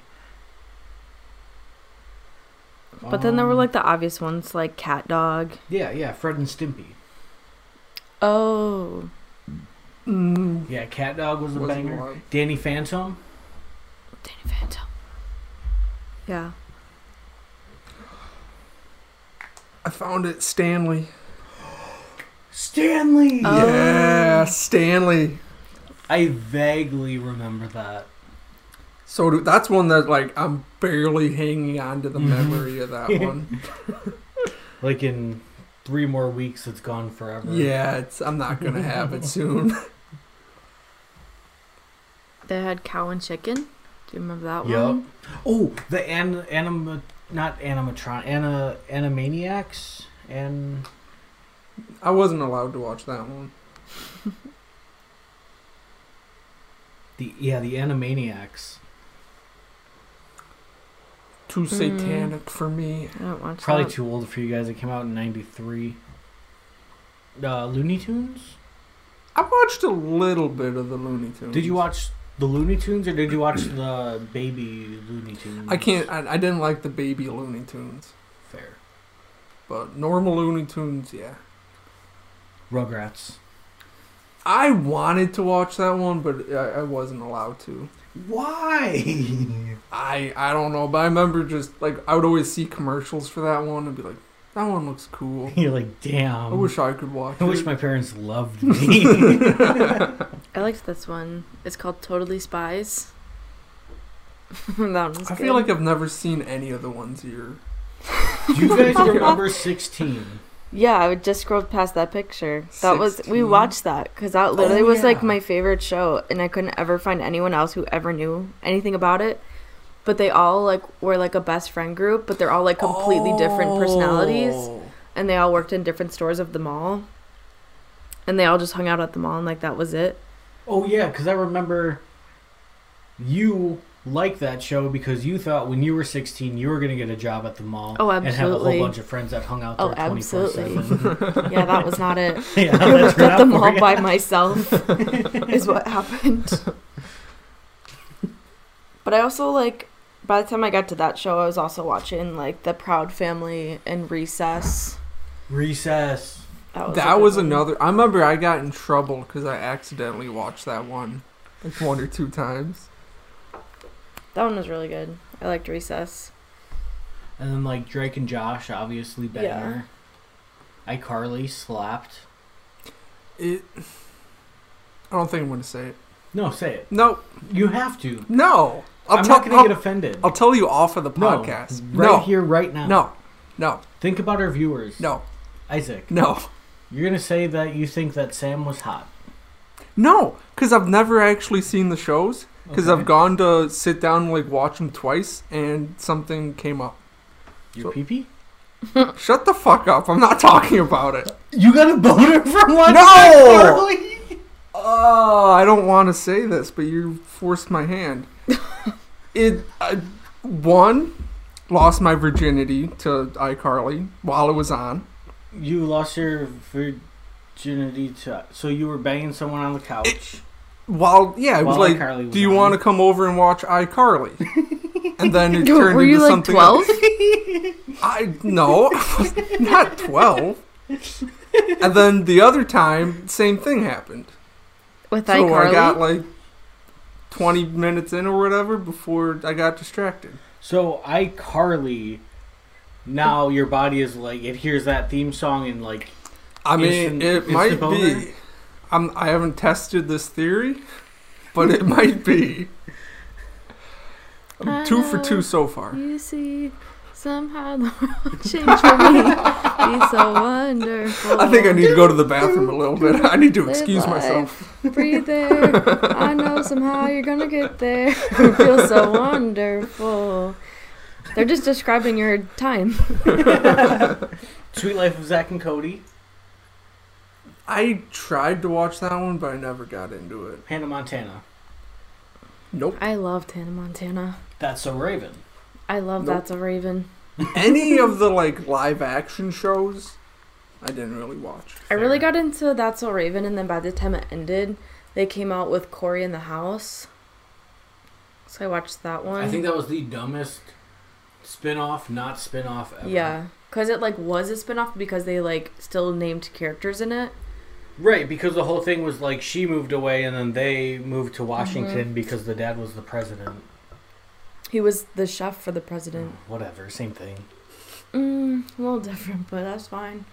[SPEAKER 3] But then there were
[SPEAKER 1] Um,
[SPEAKER 3] like the obvious ones like Cat Dog.
[SPEAKER 1] yeah, yeah, Fred and Stimpy.
[SPEAKER 3] Oh,
[SPEAKER 2] Mm,
[SPEAKER 1] Yeah, Cat Dog was a
[SPEAKER 2] wasn't
[SPEAKER 1] banger.
[SPEAKER 2] wild.
[SPEAKER 1] Danny Phantom.
[SPEAKER 3] Danny Phantom. Yeah.
[SPEAKER 2] I found it, Stanley.
[SPEAKER 1] Stanley.
[SPEAKER 3] Oh.
[SPEAKER 2] Yeah, Stanley.
[SPEAKER 1] I vaguely remember that.
[SPEAKER 2] So do- that's one that like I'm barely hanging on to the
[SPEAKER 1] Mm-hmm.
[SPEAKER 2] memory of that one.
[SPEAKER 1] Like in three more weeks, it's gone forever.
[SPEAKER 2] Yeah, it's I'm not gonna have it soon.
[SPEAKER 3] They had Cow and Chicken. Do you remember that
[SPEAKER 1] Yep.
[SPEAKER 3] one?
[SPEAKER 1] Oh, the an, anima, not animatron, ana, animaniacs, and
[SPEAKER 2] I wasn't allowed to watch that one.
[SPEAKER 1] the yeah, the animaniacs.
[SPEAKER 2] Too
[SPEAKER 3] Mm.
[SPEAKER 2] satanic for me.
[SPEAKER 3] I don't watch
[SPEAKER 1] Probably
[SPEAKER 3] that.
[SPEAKER 1] too old for you guys. It came out in '93. Uh, Looney Tunes.
[SPEAKER 2] I watched a little bit of the Looney Tunes.
[SPEAKER 1] Did you watch the Looney Tunes or did you watch the baby Looney Tunes?
[SPEAKER 2] I can't. I, I didn't like the baby Looney Tunes,
[SPEAKER 1] Fair.
[SPEAKER 2] but normal Looney Tunes, yeah.
[SPEAKER 1] Rugrats.
[SPEAKER 2] I wanted to watch that one, but I, I wasn't allowed to.
[SPEAKER 1] Why?
[SPEAKER 2] I I don't know, but I remember just like I would always see commercials for that one and be like, that one looks cool.
[SPEAKER 1] You're like, damn.
[SPEAKER 2] I wish I could watch.
[SPEAKER 1] Um, I wish
[SPEAKER 2] it.
[SPEAKER 1] my parents loved me.
[SPEAKER 3] I liked this one. It's called Totally Spies. that one's
[SPEAKER 2] I
[SPEAKER 3] good.
[SPEAKER 2] feel like I've never seen any of the ones here.
[SPEAKER 1] Do you guys remember 16?
[SPEAKER 3] Yeah, I would just scroll past that picture. That was we
[SPEAKER 2] 16.
[SPEAKER 3] watched that because that literally
[SPEAKER 1] Oh,
[SPEAKER 3] was
[SPEAKER 1] yeah.
[SPEAKER 3] like my favorite show, and I couldn't ever find anyone else who ever knew anything about it. But they all like were like a best friend group, but they're all like completely different personalities,
[SPEAKER 2] Oh.
[SPEAKER 3] and they all worked in different stores of the mall, and they all just hung out at the mall, and like that was it.
[SPEAKER 1] Oh yeah, because I remember you liked that show because you thought when you were 16 you were going to get a job at the mall
[SPEAKER 3] Oh,
[SPEAKER 1] and have a whole
[SPEAKER 3] absolutely.
[SPEAKER 1] bunch of friends that hung out there
[SPEAKER 3] Oh,
[SPEAKER 1] 24 7.
[SPEAKER 3] Yeah, that was not it.
[SPEAKER 1] yeah,
[SPEAKER 3] I
[SPEAKER 1] that's
[SPEAKER 3] worked at
[SPEAKER 1] not
[SPEAKER 3] the
[SPEAKER 1] for
[SPEAKER 3] mall
[SPEAKER 1] you.
[SPEAKER 3] by myself, is what happened. But I also like, by the time I got to that show, I was also watching like The Proud Family and Recess.
[SPEAKER 1] Recess.
[SPEAKER 3] That was, a
[SPEAKER 2] That
[SPEAKER 3] good
[SPEAKER 2] was
[SPEAKER 3] one.
[SPEAKER 2] another. I remember I got in trouble because I accidentally watched that one like one or two times.
[SPEAKER 3] That one was really good. I liked Recess.
[SPEAKER 1] And then like Drake and Josh, obviously banger. iCarly slapped.
[SPEAKER 2] It. I don't think I'm going to say it.
[SPEAKER 1] No, say it.
[SPEAKER 2] No,
[SPEAKER 1] You have to.
[SPEAKER 2] no. I'll
[SPEAKER 1] i am
[SPEAKER 2] tell.
[SPEAKER 1] not gonna
[SPEAKER 2] I'll,
[SPEAKER 1] get offended.
[SPEAKER 2] I'll tell you off of the
[SPEAKER 1] no,
[SPEAKER 2] podcast.
[SPEAKER 1] right
[SPEAKER 2] no,
[SPEAKER 1] here, right now.
[SPEAKER 2] no, no,
[SPEAKER 1] Think about our viewers.
[SPEAKER 2] no,
[SPEAKER 1] Isaac,
[SPEAKER 2] no,
[SPEAKER 1] you're gonna say that you think that Sam was hot.
[SPEAKER 2] no. Because I've never actually seen the shows. Because
[SPEAKER 1] Okay.
[SPEAKER 2] I've gone to sit down and like watch them twice, and something came up.
[SPEAKER 1] Your
[SPEAKER 2] So-
[SPEAKER 1] pee pee?
[SPEAKER 2] Shut the fuck up! I'm not talking about it.
[SPEAKER 1] You got a boner from one?
[SPEAKER 2] No! Oh, I don't want to say this, but you forced my hand. it I, one lost my virginity to iCarly while it was on.
[SPEAKER 1] You lost your virginity to. So you were banging someone on the couch.
[SPEAKER 2] While yeah, it was
[SPEAKER 1] While
[SPEAKER 2] like,
[SPEAKER 1] iCarly was
[SPEAKER 2] do you
[SPEAKER 1] on."
[SPEAKER 2] want to come over and watch iCarly? and then it turned
[SPEAKER 3] Were
[SPEAKER 2] into
[SPEAKER 3] you like
[SPEAKER 2] something.
[SPEAKER 3] 12?
[SPEAKER 2] I no, not twelve. And then the other time, same thing happened.
[SPEAKER 3] With
[SPEAKER 2] so I
[SPEAKER 3] iCarly?
[SPEAKER 2] got like twenty minutes in or whatever before I got distracted.
[SPEAKER 1] So iCarly. Now your body is like it hears that theme song and like
[SPEAKER 2] I mean,
[SPEAKER 1] Instant-
[SPEAKER 2] it
[SPEAKER 1] instant
[SPEAKER 2] might
[SPEAKER 1] boner?
[SPEAKER 2] be. I'm, I haven't tested this theory, but it might be. I'm two for two so far.
[SPEAKER 3] You see, somehow the world changed for me. Be so wonderful.
[SPEAKER 2] I think I need to go to the bathroom a little bit. I need to
[SPEAKER 3] Live
[SPEAKER 2] excuse myself.
[SPEAKER 3] life, Breathe there. I know somehow you're gonna get there. Feel so wonderful. They're just describing your time.
[SPEAKER 1] Sweet Life of Zach and Cody,
[SPEAKER 2] I tried to watch that one, but I never got into it.
[SPEAKER 1] Hannah Montana.
[SPEAKER 2] Nope.
[SPEAKER 3] I loved Hannah Montana.
[SPEAKER 1] That's so Raven.
[SPEAKER 3] I love
[SPEAKER 2] Nope.
[SPEAKER 3] That's a Raven.
[SPEAKER 2] Any of the like live action shows, I didn't really watch.
[SPEAKER 3] I really
[SPEAKER 1] Fair.
[SPEAKER 3] got into That's a Raven, and then by the time it ended, they came out with Corey in the House. So I watched that one.
[SPEAKER 1] I think that was the dumbest spin-off, not spin-off ever.
[SPEAKER 3] Yeah, because it like was a spinoff because they like still named characters in it.
[SPEAKER 1] Right, because the whole thing was like she moved away and then they moved to Washington
[SPEAKER 3] Mm-hmm.
[SPEAKER 1] because the dad was the president.
[SPEAKER 3] He was the chef for the president.
[SPEAKER 1] Whatever, same thing.
[SPEAKER 3] Mm, a little different, but that's fine.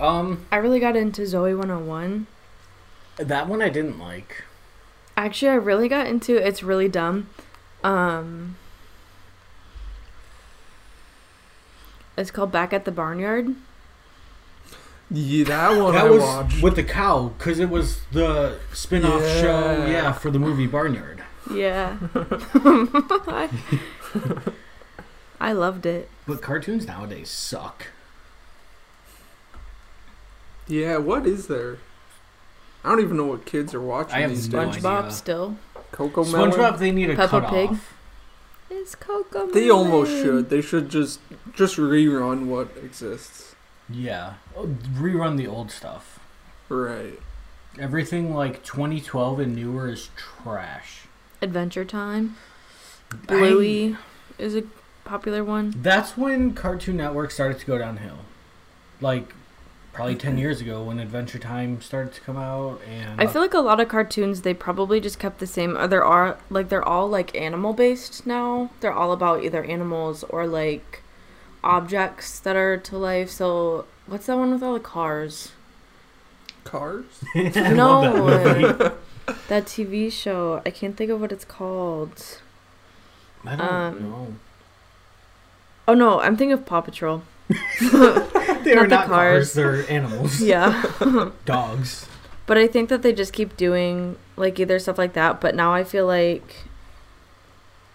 [SPEAKER 1] Um,
[SPEAKER 3] I really got into Zoe 101.
[SPEAKER 1] that one I didn't like.
[SPEAKER 3] Actually, I really got into it's really dumb. Um, it's called Back at the Barnyard.
[SPEAKER 2] Yeah, that one I
[SPEAKER 1] that was
[SPEAKER 2] watched.
[SPEAKER 1] with the cow because it was the spin-off show,
[SPEAKER 2] Yeah.
[SPEAKER 1] yeah, for the movie Barnyard.
[SPEAKER 3] Yeah, I, I loved it.
[SPEAKER 1] But cartoons nowadays suck.
[SPEAKER 2] yeah, what is there? I don't even know what kids are watching
[SPEAKER 1] I have
[SPEAKER 2] these
[SPEAKER 1] no
[SPEAKER 2] days.
[SPEAKER 1] idea.
[SPEAKER 3] SpongeBob still.
[SPEAKER 2] Coco Melon.
[SPEAKER 1] SpongeBob, they need a
[SPEAKER 3] Peppa
[SPEAKER 1] cutoff.
[SPEAKER 3] Pig. It's Coco.
[SPEAKER 2] They almost
[SPEAKER 3] Melon.
[SPEAKER 2] should. They should just just rerun what exists.
[SPEAKER 1] Yeah, Oh, rerun the old stuff.
[SPEAKER 2] Right.
[SPEAKER 1] Everything like 2012 and newer is trash.
[SPEAKER 3] Adventure Time.
[SPEAKER 1] I-
[SPEAKER 3] Bluey is a popular one.
[SPEAKER 1] That's when Cartoon Network started to go downhill. Like probably 10 years ago when Adventure Time started to come out and
[SPEAKER 3] I feel like a lot of cartoons they probably just kept the same. Or there are like they're all like animal based now. They're all about either animals or like objects that are to life. So what's that one with all the cars?
[SPEAKER 2] Cars.
[SPEAKER 1] I
[SPEAKER 3] no,
[SPEAKER 1] love that movie.
[SPEAKER 3] that TV show. I can't think of what it's called.
[SPEAKER 1] I don't
[SPEAKER 3] Um,
[SPEAKER 1] know.
[SPEAKER 3] Oh no, I'm thinking of Paw Patrol.
[SPEAKER 1] They
[SPEAKER 3] not
[SPEAKER 1] are
[SPEAKER 3] the
[SPEAKER 1] not cars,
[SPEAKER 3] cars.
[SPEAKER 1] they're animals.
[SPEAKER 3] Yeah.
[SPEAKER 1] Dogs.
[SPEAKER 3] But I think that they just keep doing like either stuff like that. But now I feel like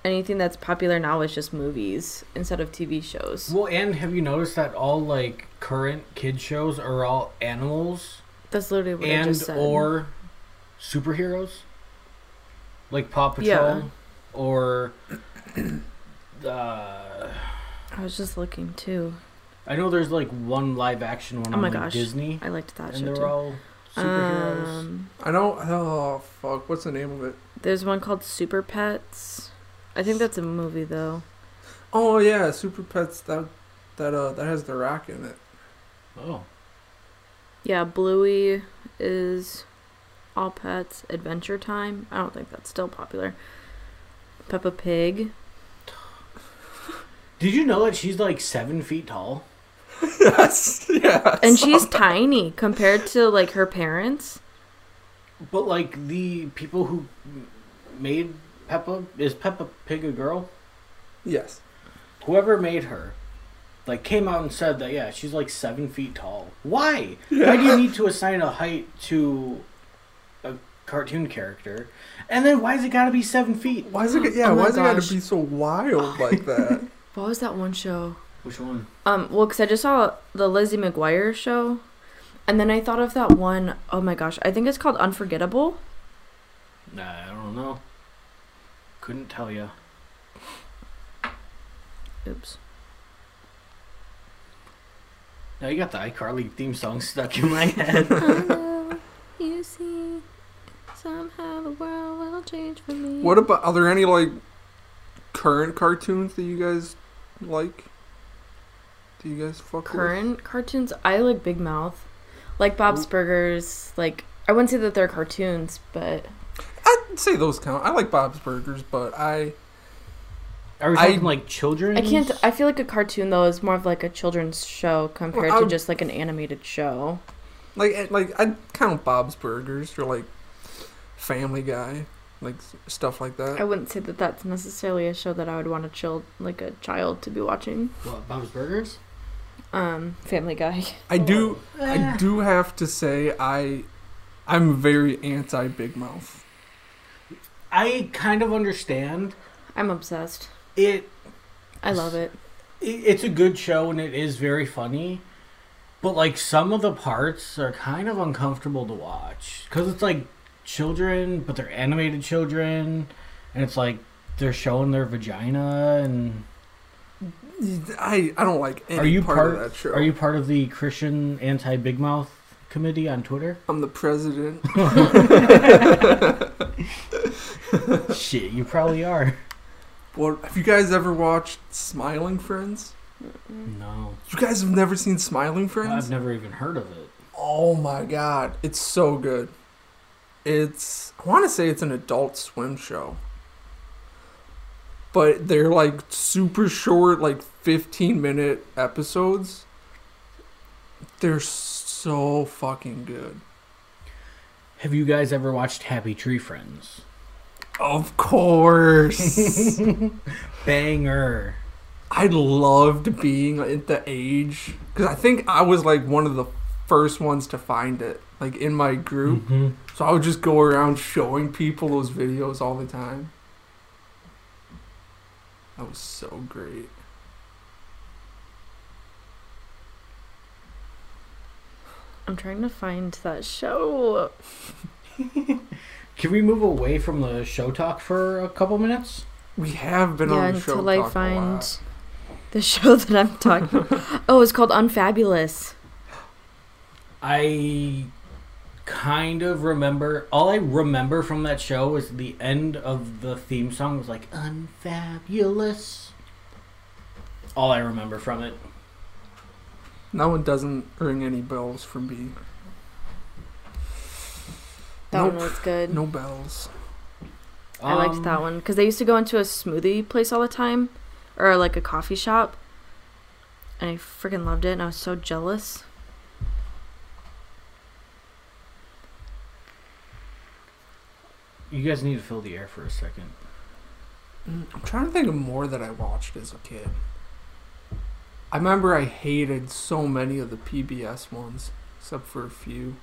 [SPEAKER 3] anything that's popular now is just movies instead of TV shows.
[SPEAKER 1] Well, and have you noticed that all like current kid shows are all animals
[SPEAKER 3] That's literally what I
[SPEAKER 1] and
[SPEAKER 3] just said.
[SPEAKER 1] or superheroes? Like Paw Patrol
[SPEAKER 3] Yeah.
[SPEAKER 1] or uh
[SPEAKER 3] I was just looking too.
[SPEAKER 1] I know there's like one live action one
[SPEAKER 3] Oh
[SPEAKER 1] on
[SPEAKER 3] my
[SPEAKER 1] like,
[SPEAKER 3] gosh.
[SPEAKER 1] Disney.
[SPEAKER 3] I liked that
[SPEAKER 1] and
[SPEAKER 3] show
[SPEAKER 1] they're
[SPEAKER 3] too.
[SPEAKER 1] all superheroes.
[SPEAKER 3] Um,
[SPEAKER 2] I don't. Oh fuck! What's the name of it?
[SPEAKER 3] there's one called Super Pets. I think that's a movie though.
[SPEAKER 2] Oh yeah, Super Pets. That that uh that has the Rock in it.
[SPEAKER 1] oh,
[SPEAKER 3] Yeah, Bluey is all pets. Adventure Time. I don't think that's still popular. Peppa Pig.
[SPEAKER 1] did you know that she's like seven feet tall?
[SPEAKER 2] yes. Yes.
[SPEAKER 3] and she's tiny compared to like her parents.
[SPEAKER 1] But like the people who made Peppa is Peppa Pig a girl?
[SPEAKER 2] Yes.
[SPEAKER 1] Whoever made her, like, came out and said that yeah, she's like seven feet tall. Why? Why do you need to assign a height to a cartoon character? And then why has it got to be seven feet?
[SPEAKER 2] Why is it? Yeah.
[SPEAKER 3] Oh my
[SPEAKER 2] why is it got
[SPEAKER 3] gosh.
[SPEAKER 2] to be so wild like that?
[SPEAKER 3] What was that one show?
[SPEAKER 1] Which one?
[SPEAKER 3] Um, well, because I just saw the Lizzie McGuire show, and then I thought of that one oh my gosh, I think it's called Unforgettable.
[SPEAKER 1] Nah, I don't know. Couldn't tell you.
[SPEAKER 3] Oops.
[SPEAKER 1] Now you got the iCarly theme song stuck in my head.
[SPEAKER 3] you see, somehow the world will change for me.
[SPEAKER 2] what about? Are there any like current cartoons that you guys like? Do you guys fuck with?
[SPEAKER 3] current cartoons? I like Big Mouth, like Bob's Burgers. Like I wouldn't say that they're cartoons, but
[SPEAKER 2] I'd say those count. I like Bob's Burgers, but I
[SPEAKER 1] Are we
[SPEAKER 2] I-
[SPEAKER 1] talking like children?
[SPEAKER 3] I can't. I feel like a cartoon though is more of like a children's show compared
[SPEAKER 2] Well, I-
[SPEAKER 3] to just like an animated show.
[SPEAKER 2] like I- like I count Bob's Burgers or like Family Guy, like s- stuff like
[SPEAKER 3] I
[SPEAKER 2] that.
[SPEAKER 3] wouldn't say that that's necessarily a show that I would want a child, like a child, to be watching.
[SPEAKER 1] What, Bob's Burgers?
[SPEAKER 3] Um, Family Guy.
[SPEAKER 2] I do I do have to say I I'm very anti Big Mouth.
[SPEAKER 1] I kind of understand
[SPEAKER 3] I'm obsessed.
[SPEAKER 1] it
[SPEAKER 3] I love it.
[SPEAKER 1] it- it's a good show and it is very funny but like some of the parts are kind of uncomfortable to watch because it's like children but they're animated children and it's like they're showing their vagina and
[SPEAKER 2] I I don't like any
[SPEAKER 1] are you
[SPEAKER 2] part,
[SPEAKER 1] part,
[SPEAKER 2] of that show.
[SPEAKER 1] are you part of the christian anti big mouth committee on twitter
[SPEAKER 2] I'm the president.
[SPEAKER 1] shit you probably are
[SPEAKER 2] What have you guys ever watched Smiling Friends?
[SPEAKER 3] Mm.
[SPEAKER 1] no
[SPEAKER 2] You guys have never seen Smiling Friends?
[SPEAKER 1] i've never even heard of it
[SPEAKER 2] Oh my god, it's so good. It's I want to say it's an adult swim show. But they're like super short like 15 minute episodes. They're so fucking good.
[SPEAKER 1] have you guys ever watched happy tree friends
[SPEAKER 2] Of course.
[SPEAKER 1] banger
[SPEAKER 2] I loved being at the age cuz I think I was like one of the first ones to find it like in my group.
[SPEAKER 1] Mhm.
[SPEAKER 2] So I would just go around showing people those videos all the time. That was so great.
[SPEAKER 3] I'm trying to find that show.
[SPEAKER 1] Can we move away from the show talk for a couple minutes?
[SPEAKER 2] We have been
[SPEAKER 3] yeah,
[SPEAKER 2] on the show
[SPEAKER 3] until
[SPEAKER 2] talk
[SPEAKER 3] I
[SPEAKER 2] a
[SPEAKER 3] find
[SPEAKER 2] lot.
[SPEAKER 3] the show that I'm talking. oh, it's called Unfabulous.
[SPEAKER 1] I kind of remember. All I remember from that show is the end of the theme song was like "Unfabulous." All I remember from it.
[SPEAKER 2] That one doesn't ring any bells for me.
[SPEAKER 3] That
[SPEAKER 2] Nope.
[SPEAKER 3] one was good.
[SPEAKER 2] No bells.
[SPEAKER 3] I liked that
[SPEAKER 1] Um,
[SPEAKER 3] one because they used to go into a smoothie place all the time, or like a coffee shop, and I freaking loved it. And I was so jealous.
[SPEAKER 1] You guys need to fill the air for a second.
[SPEAKER 2] Mm, I'm trying to think of more that I watched as a kid. I remember I hated so many of the PBS ones, except for a few.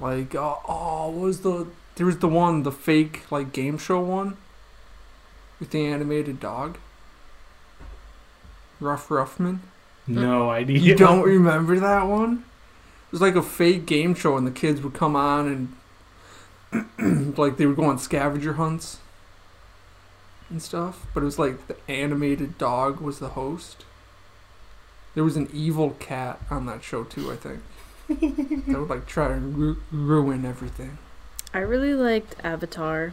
[SPEAKER 2] Like, uh, oh, what was the? There was the one, the fake like game show one, with the animated dog. Rough Ruffman.
[SPEAKER 1] No idea.
[SPEAKER 2] You don't remember that one? It was like a fake game show, and the kids would come on and like they would go on scavenger hunts and stuff. But it was like the animated dog was the host. There was an evil cat on that show too, I think. that would like try and ru- ruin everything.
[SPEAKER 3] I really liked Avatar,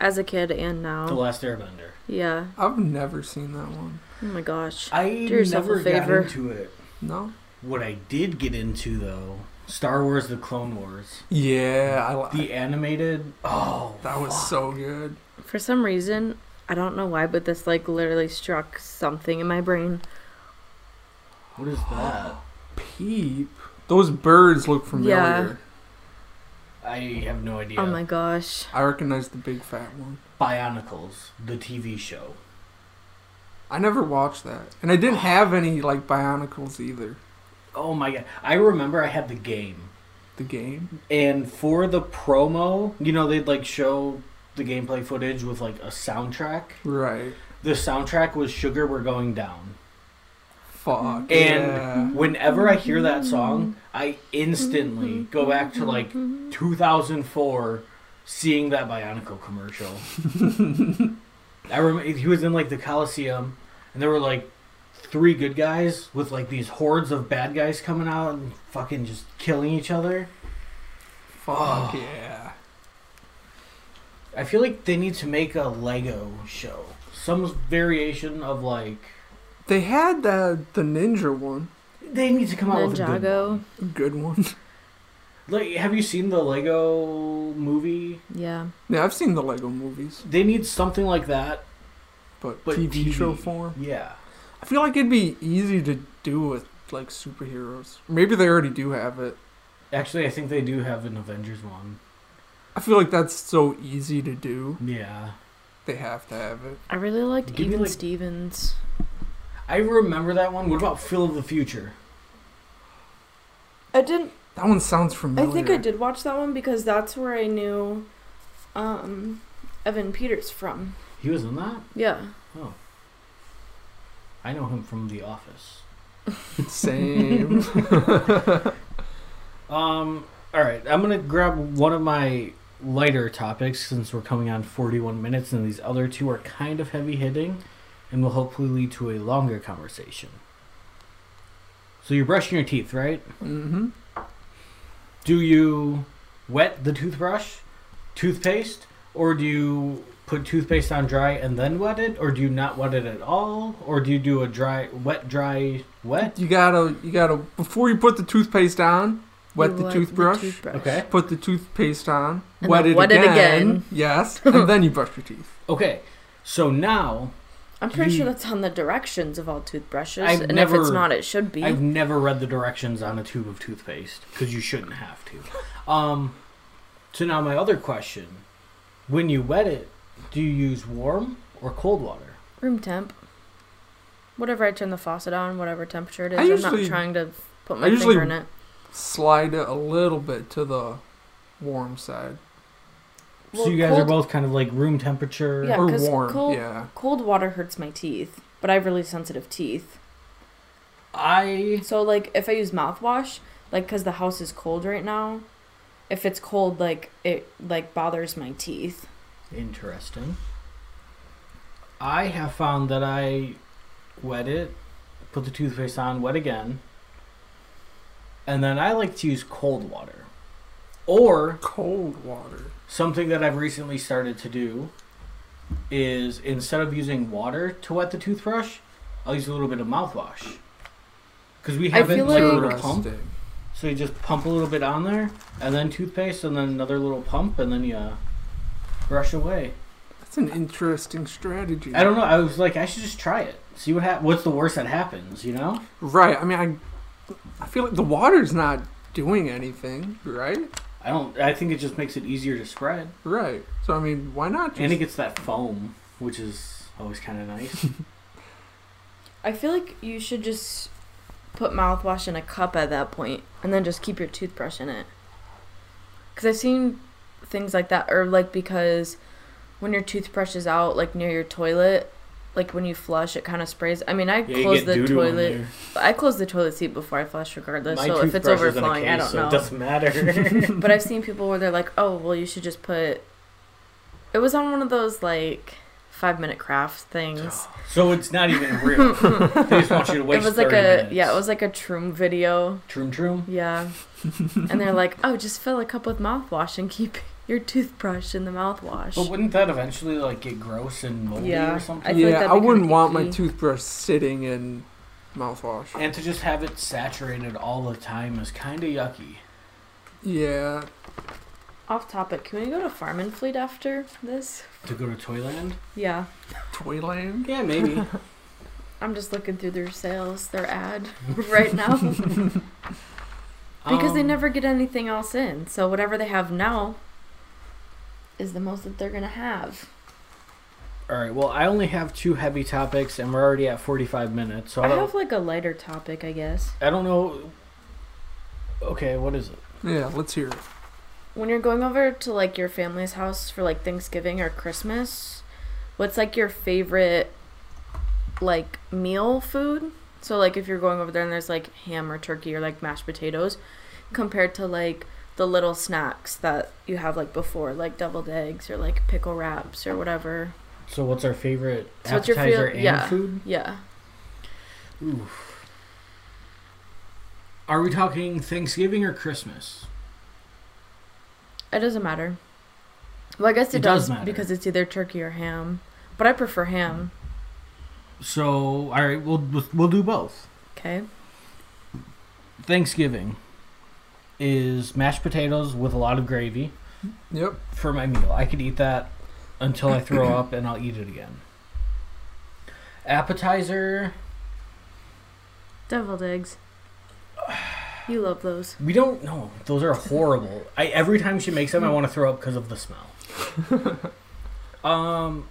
[SPEAKER 3] as a kid and
[SPEAKER 1] The
[SPEAKER 3] now.
[SPEAKER 1] Last Airbender.
[SPEAKER 3] Yeah.
[SPEAKER 2] I've never seen that one.
[SPEAKER 3] Oh my gosh.
[SPEAKER 1] I
[SPEAKER 3] yourself a
[SPEAKER 1] never got
[SPEAKER 3] favor.
[SPEAKER 1] into it.
[SPEAKER 2] No.
[SPEAKER 1] What I did get into though, Star Wars: The Clone Wars,
[SPEAKER 2] Yeah, I like
[SPEAKER 1] the animated. Oh,
[SPEAKER 2] that was so good.
[SPEAKER 3] For some reason, I don't know why, but this like literally struck something in my brain.
[SPEAKER 1] what is that?
[SPEAKER 2] Peep. Those birds look familiar.
[SPEAKER 1] I have no idea.
[SPEAKER 3] Oh my gosh.
[SPEAKER 2] I recognize the big fat one.
[SPEAKER 1] Bionicles, the TV show.
[SPEAKER 2] I never watched that, and I didn't have any like Bionicles either.
[SPEAKER 1] Oh my god! I remember I had the game,
[SPEAKER 2] The game.
[SPEAKER 1] and for the promo, you know, they'd like show the gameplay footage with like a soundtrack.
[SPEAKER 2] Right.
[SPEAKER 1] The soundtrack was "Sugar We're Going Down," and
[SPEAKER 2] Fuck. yeah.
[SPEAKER 1] whenever I hear that song, I instantly go back to like
[SPEAKER 3] Mm-hmm.
[SPEAKER 1] 2004, seeing that Bionicle commercial. I remember he was in like the Coliseum, and there were like three good guys with like these hordes of bad guys coming out and fucking just killing each other.
[SPEAKER 2] Fuck yeah.
[SPEAKER 1] I feel like they need to make a Lego show, some variation of like
[SPEAKER 2] They had the the ninja one.
[SPEAKER 1] they need to come out with a good one.
[SPEAKER 3] Ninjago.
[SPEAKER 2] Good one.
[SPEAKER 1] Like, have you seen the Lego movie?
[SPEAKER 3] Yeah.
[SPEAKER 2] Yeah, I've seen the Lego movies,
[SPEAKER 1] They need something like that
[SPEAKER 2] but,
[SPEAKER 1] But
[SPEAKER 2] TV,
[SPEAKER 1] TV.
[SPEAKER 2] show form.
[SPEAKER 1] Yeah.
[SPEAKER 2] I feel like it'd be easy to do with like superheroes. Maybe they already do have it.
[SPEAKER 1] Actually, I think they do have an Avengers one.
[SPEAKER 2] I feel like that's so easy to do.
[SPEAKER 1] Yeah.
[SPEAKER 2] They have to have it.
[SPEAKER 3] I really liked
[SPEAKER 1] Give me,
[SPEAKER 3] Even
[SPEAKER 1] like-
[SPEAKER 3] Stevens.
[SPEAKER 1] I remember that one. What about Phil of the Future?
[SPEAKER 3] I didn't
[SPEAKER 2] That one sounds familiar.
[SPEAKER 3] I think I did watch that one because that's where I knew um, Evan Peters from.
[SPEAKER 1] He was in that?
[SPEAKER 3] Yeah.
[SPEAKER 1] Oh. I know him from The Office.
[SPEAKER 2] Same.
[SPEAKER 1] Um, all right. I'm going to grab one of my lighter topics since we're coming on 41 minutes and these other two are kind of heavy hitting and will hopefully lead to a longer conversation. So you're brushing your teeth, right?
[SPEAKER 2] hmm
[SPEAKER 1] do you wet the toothbrush, toothpaste, or do you put toothpaste on dry and then wet it, or do you not wet it at all, or do you do a dry, wet, dry, wet?
[SPEAKER 2] You gotta, you gotta. Before you put the toothpaste on, wet
[SPEAKER 3] You
[SPEAKER 2] the
[SPEAKER 3] wet
[SPEAKER 2] toothbrush.
[SPEAKER 1] Okay.
[SPEAKER 2] Put the toothpaste on,
[SPEAKER 3] And
[SPEAKER 2] wet,
[SPEAKER 3] then
[SPEAKER 2] it,
[SPEAKER 3] wet it
[SPEAKER 2] again,
[SPEAKER 3] again.
[SPEAKER 2] Yes, and then you brush your teeth.
[SPEAKER 1] Okay, so now
[SPEAKER 3] I'm pretty
[SPEAKER 1] You-
[SPEAKER 3] sure that's on the directions of all toothbrushes.
[SPEAKER 1] I've
[SPEAKER 3] and if it's
[SPEAKER 1] never-
[SPEAKER 3] not, it should be.
[SPEAKER 1] I've never read the directions on a tube of toothpaste because you shouldn't have to. Um, so now my other question: When you wet it, do you use warm or cold water?
[SPEAKER 3] Room temp. Whatever I turn the faucet on, whatever temperature it is,
[SPEAKER 2] I
[SPEAKER 3] I'm
[SPEAKER 2] usually-
[SPEAKER 3] not trying to put
[SPEAKER 2] I
[SPEAKER 3] my
[SPEAKER 2] usually-
[SPEAKER 3] finger in it.
[SPEAKER 2] Slide it a little bit to the warm side
[SPEAKER 1] so
[SPEAKER 3] Well,
[SPEAKER 1] you guys are
[SPEAKER 3] cold-
[SPEAKER 1] both kind of like room temperature.
[SPEAKER 3] Yeah,
[SPEAKER 2] or
[SPEAKER 3] 'cause
[SPEAKER 2] warm.
[SPEAKER 3] cold-
[SPEAKER 2] Yeah.
[SPEAKER 3] Cold water hurts my teeth, but I have really sensitive teeth.
[SPEAKER 1] I
[SPEAKER 3] So, like, if I use mouthwash, like, because the house is cold right now, if it's cold, like, it, like, bothers my teeth.
[SPEAKER 1] Interesting. I have found that I wet it, put the toothpaste on, wet again, and then I like to use cold water. Or
[SPEAKER 2] Cold water.
[SPEAKER 1] something that I've recently started to do is instead of using water to wet the toothbrush, I'll use a little bit of mouthwash. Because we
[SPEAKER 3] I
[SPEAKER 1] have it
[SPEAKER 3] feel
[SPEAKER 1] like a
[SPEAKER 3] like-
[SPEAKER 1] little pump,
[SPEAKER 2] Interesting.
[SPEAKER 1] so you just pump a little bit on there, and then toothpaste, and then another little pump, and then you uh, brush away.
[SPEAKER 2] That's an interesting strategy.
[SPEAKER 1] I don't know. I was like, I should just try it. See what hap- What's the worst that happens? You know?
[SPEAKER 2] Right. I mean, I, I feel like the water's not doing anything. Right.
[SPEAKER 1] I don't. I think it just makes it easier to spread,
[SPEAKER 2] Right. So I mean, why not?
[SPEAKER 1] and it
[SPEAKER 2] Just,
[SPEAKER 1] gets that foam, which is always kind of nice.
[SPEAKER 3] I feel like you should just put mouthwash in a cup at that point and then just keep your toothbrush in it. Because I've seen things like that, or like because when your toothbrush is out, like near your toilet, like when you flush, it kind of sprays. I mean, I close the toilet. I close the toilet seat before I flush, regardless.
[SPEAKER 1] My
[SPEAKER 3] so if it's
[SPEAKER 1] toothbrush is in a
[SPEAKER 3] overflowing, I
[SPEAKER 1] case,
[SPEAKER 3] don't
[SPEAKER 1] so
[SPEAKER 3] know.
[SPEAKER 1] It doesn't matter.
[SPEAKER 3] but I've seen people where they're like, "Oh, well, you should just put." It was on one of those like five minute craft things.
[SPEAKER 1] so it's not even real. they just want you to
[SPEAKER 3] It
[SPEAKER 1] waste.
[SPEAKER 3] was like a
[SPEAKER 1] 30 minutes.
[SPEAKER 3] yeah, it was like a Troom video.
[SPEAKER 1] Troom troom.
[SPEAKER 3] Yeah. and they're like, oh, just fill a cup with mouthwash and keep your toothbrush in the mouthwash.
[SPEAKER 1] But wouldn't that eventually like get gross and moldy
[SPEAKER 3] Yeah,
[SPEAKER 1] or
[SPEAKER 3] I
[SPEAKER 1] something?
[SPEAKER 3] feel like
[SPEAKER 2] yeah,
[SPEAKER 3] that'd
[SPEAKER 2] I
[SPEAKER 3] be kinda
[SPEAKER 2] wouldn't want my
[SPEAKER 3] icky.
[SPEAKER 2] toothbrush sitting in mouthwash.
[SPEAKER 1] and to just have it saturated all the time is kind of yucky.
[SPEAKER 2] yeah.
[SPEAKER 3] Off topic, can we go to Farm and Fleet after this?
[SPEAKER 1] To go to Toyland?
[SPEAKER 3] Yeah.
[SPEAKER 2] Toyland.
[SPEAKER 1] Yeah, maybe.
[SPEAKER 3] I'm just looking through their sales, their ad right now. Because they
[SPEAKER 1] Um,
[SPEAKER 3] never get anything else in. So whatever they have now is the most that they're going to have.
[SPEAKER 1] All right. Well, I only have two heavy topics, and we're already at forty-five minutes. So I
[SPEAKER 3] I
[SPEAKER 1] don't.
[SPEAKER 3] have like a lighter topic, I guess.
[SPEAKER 1] I don't know. Okay, what is it?
[SPEAKER 2] Yeah, let's hear it.
[SPEAKER 3] When you're going over to like your family's house for like Thanksgiving or Christmas, what's like your favorite like meal food? So like if you're going over there and there's like ham or turkey or like mashed potatoes compared to like the little snacks that you have like before, like deviled eggs or like pickle wraps or whatever.
[SPEAKER 1] So, what's our favorite
[SPEAKER 3] So what's your
[SPEAKER 1] appetizer
[SPEAKER 3] feel-
[SPEAKER 1] and
[SPEAKER 3] yeah.
[SPEAKER 1] food?
[SPEAKER 3] Yeah.
[SPEAKER 1] Are we talking Thanksgiving or Christmas?
[SPEAKER 3] It doesn't matter. Well, I guess it,
[SPEAKER 1] It does
[SPEAKER 3] does,
[SPEAKER 1] matter.
[SPEAKER 3] because it's either turkey or ham. But I prefer ham.
[SPEAKER 1] So, all right, we'll we'll do both.
[SPEAKER 3] Okay.
[SPEAKER 1] Thanksgiving is mashed potatoes with a lot of gravy
[SPEAKER 2] Yep.
[SPEAKER 1] for my meal. I could eat that until I throw up, and I'll eat it again. Appetizer,
[SPEAKER 3] Deviled eggs. You love those.
[SPEAKER 1] we don't know. Those are horrible. I every time she makes them, I want to throw up because of the smell. um,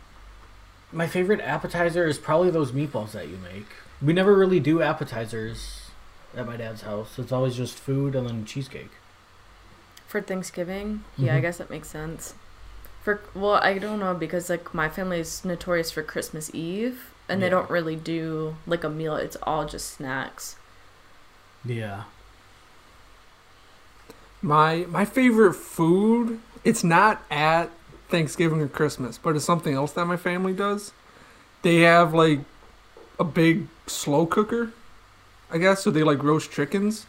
[SPEAKER 1] my favorite appetizer is probably those meatballs that you make. We never really do appetizers at my dad's house. It's always just food and then cheesecake.
[SPEAKER 3] For Thanksgiving? Yeah, I
[SPEAKER 1] Mhm.
[SPEAKER 3] guess that makes sense. For well, I don't know because like my family is notorious for Christmas Eve and
[SPEAKER 1] Yeah.
[SPEAKER 3] they don't really do like a meal. It's all just snacks.
[SPEAKER 1] Yeah.
[SPEAKER 2] My my favorite food. It's not at Thanksgiving or Christmas, but it's something else that my family does. They have like a big slow cooker, I guess. So they like roast chickens.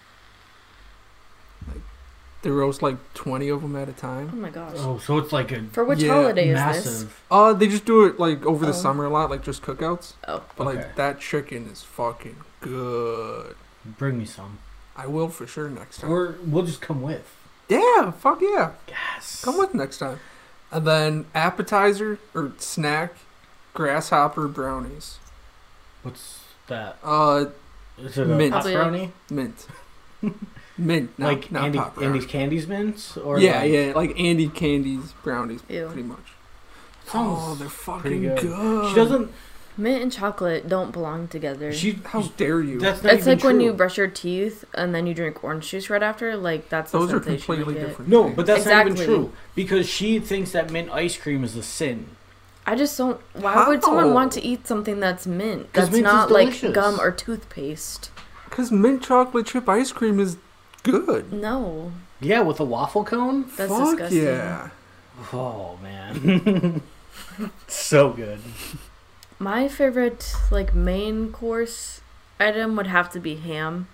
[SPEAKER 2] Like they roast like twenty of them at a
[SPEAKER 3] Oh
[SPEAKER 2] time.
[SPEAKER 3] my gosh.
[SPEAKER 1] Oh, so it's like a
[SPEAKER 3] For which
[SPEAKER 2] yeah,
[SPEAKER 3] holiday is this?
[SPEAKER 1] massive.
[SPEAKER 2] Uh, they just do it like over the
[SPEAKER 3] Oh.
[SPEAKER 2] summer a lot, like just cookouts.
[SPEAKER 3] Oh.
[SPEAKER 2] But
[SPEAKER 1] Okay.
[SPEAKER 2] like that chicken is fucking good.
[SPEAKER 1] Bring me some,
[SPEAKER 2] I will for sure next time.
[SPEAKER 1] or we'll just come with.
[SPEAKER 2] Yeah, fuck yeah.
[SPEAKER 1] Yes.
[SPEAKER 2] Come with next time. And then appetizer or snack, grasshopper brownies.
[SPEAKER 1] What's that?
[SPEAKER 2] Uh,
[SPEAKER 1] Is it a
[SPEAKER 2] Mint.
[SPEAKER 1] pop
[SPEAKER 3] Probably
[SPEAKER 1] brownie?
[SPEAKER 2] mint. mint, not,
[SPEAKER 1] like
[SPEAKER 2] not
[SPEAKER 1] Andy,
[SPEAKER 2] pop brownie.
[SPEAKER 1] Andy's Candy's mints? Or
[SPEAKER 2] yeah,
[SPEAKER 1] like-
[SPEAKER 2] yeah, like Andy Candy's brownies,
[SPEAKER 3] Ew.
[SPEAKER 2] pretty much.
[SPEAKER 1] Sounds
[SPEAKER 2] oh, they're
[SPEAKER 1] pretty
[SPEAKER 2] fucking
[SPEAKER 1] good.
[SPEAKER 2] good.
[SPEAKER 1] She doesn't.
[SPEAKER 3] Mint and chocolate don't belong together.
[SPEAKER 1] She.
[SPEAKER 2] How dare you?
[SPEAKER 1] That's not
[SPEAKER 3] It's
[SPEAKER 1] even
[SPEAKER 3] like when
[SPEAKER 1] true.
[SPEAKER 3] you brush your teeth and then you drink orange juice right after. Like that's the
[SPEAKER 2] Those are
[SPEAKER 3] sensation you
[SPEAKER 2] completely
[SPEAKER 3] get.
[SPEAKER 2] different.
[SPEAKER 1] No,
[SPEAKER 2] things.
[SPEAKER 1] but that's not even
[SPEAKER 3] Exactly.
[SPEAKER 1] true because she thinks that mint ice cream is a sin.
[SPEAKER 3] I just don't. Why would someone want to eat something that's mint?
[SPEAKER 1] 'Cause
[SPEAKER 3] That's
[SPEAKER 1] mint is
[SPEAKER 3] not like
[SPEAKER 1] delicious.
[SPEAKER 3] gum or toothpaste.
[SPEAKER 2] because mint chocolate chip ice cream is good.
[SPEAKER 3] No,
[SPEAKER 1] Yeah, with a waffle cone.
[SPEAKER 3] that's
[SPEAKER 2] Fuck
[SPEAKER 3] disgusting.
[SPEAKER 2] yeah.
[SPEAKER 1] Oh man, so good.
[SPEAKER 3] My favorite like main course item would have to be ham.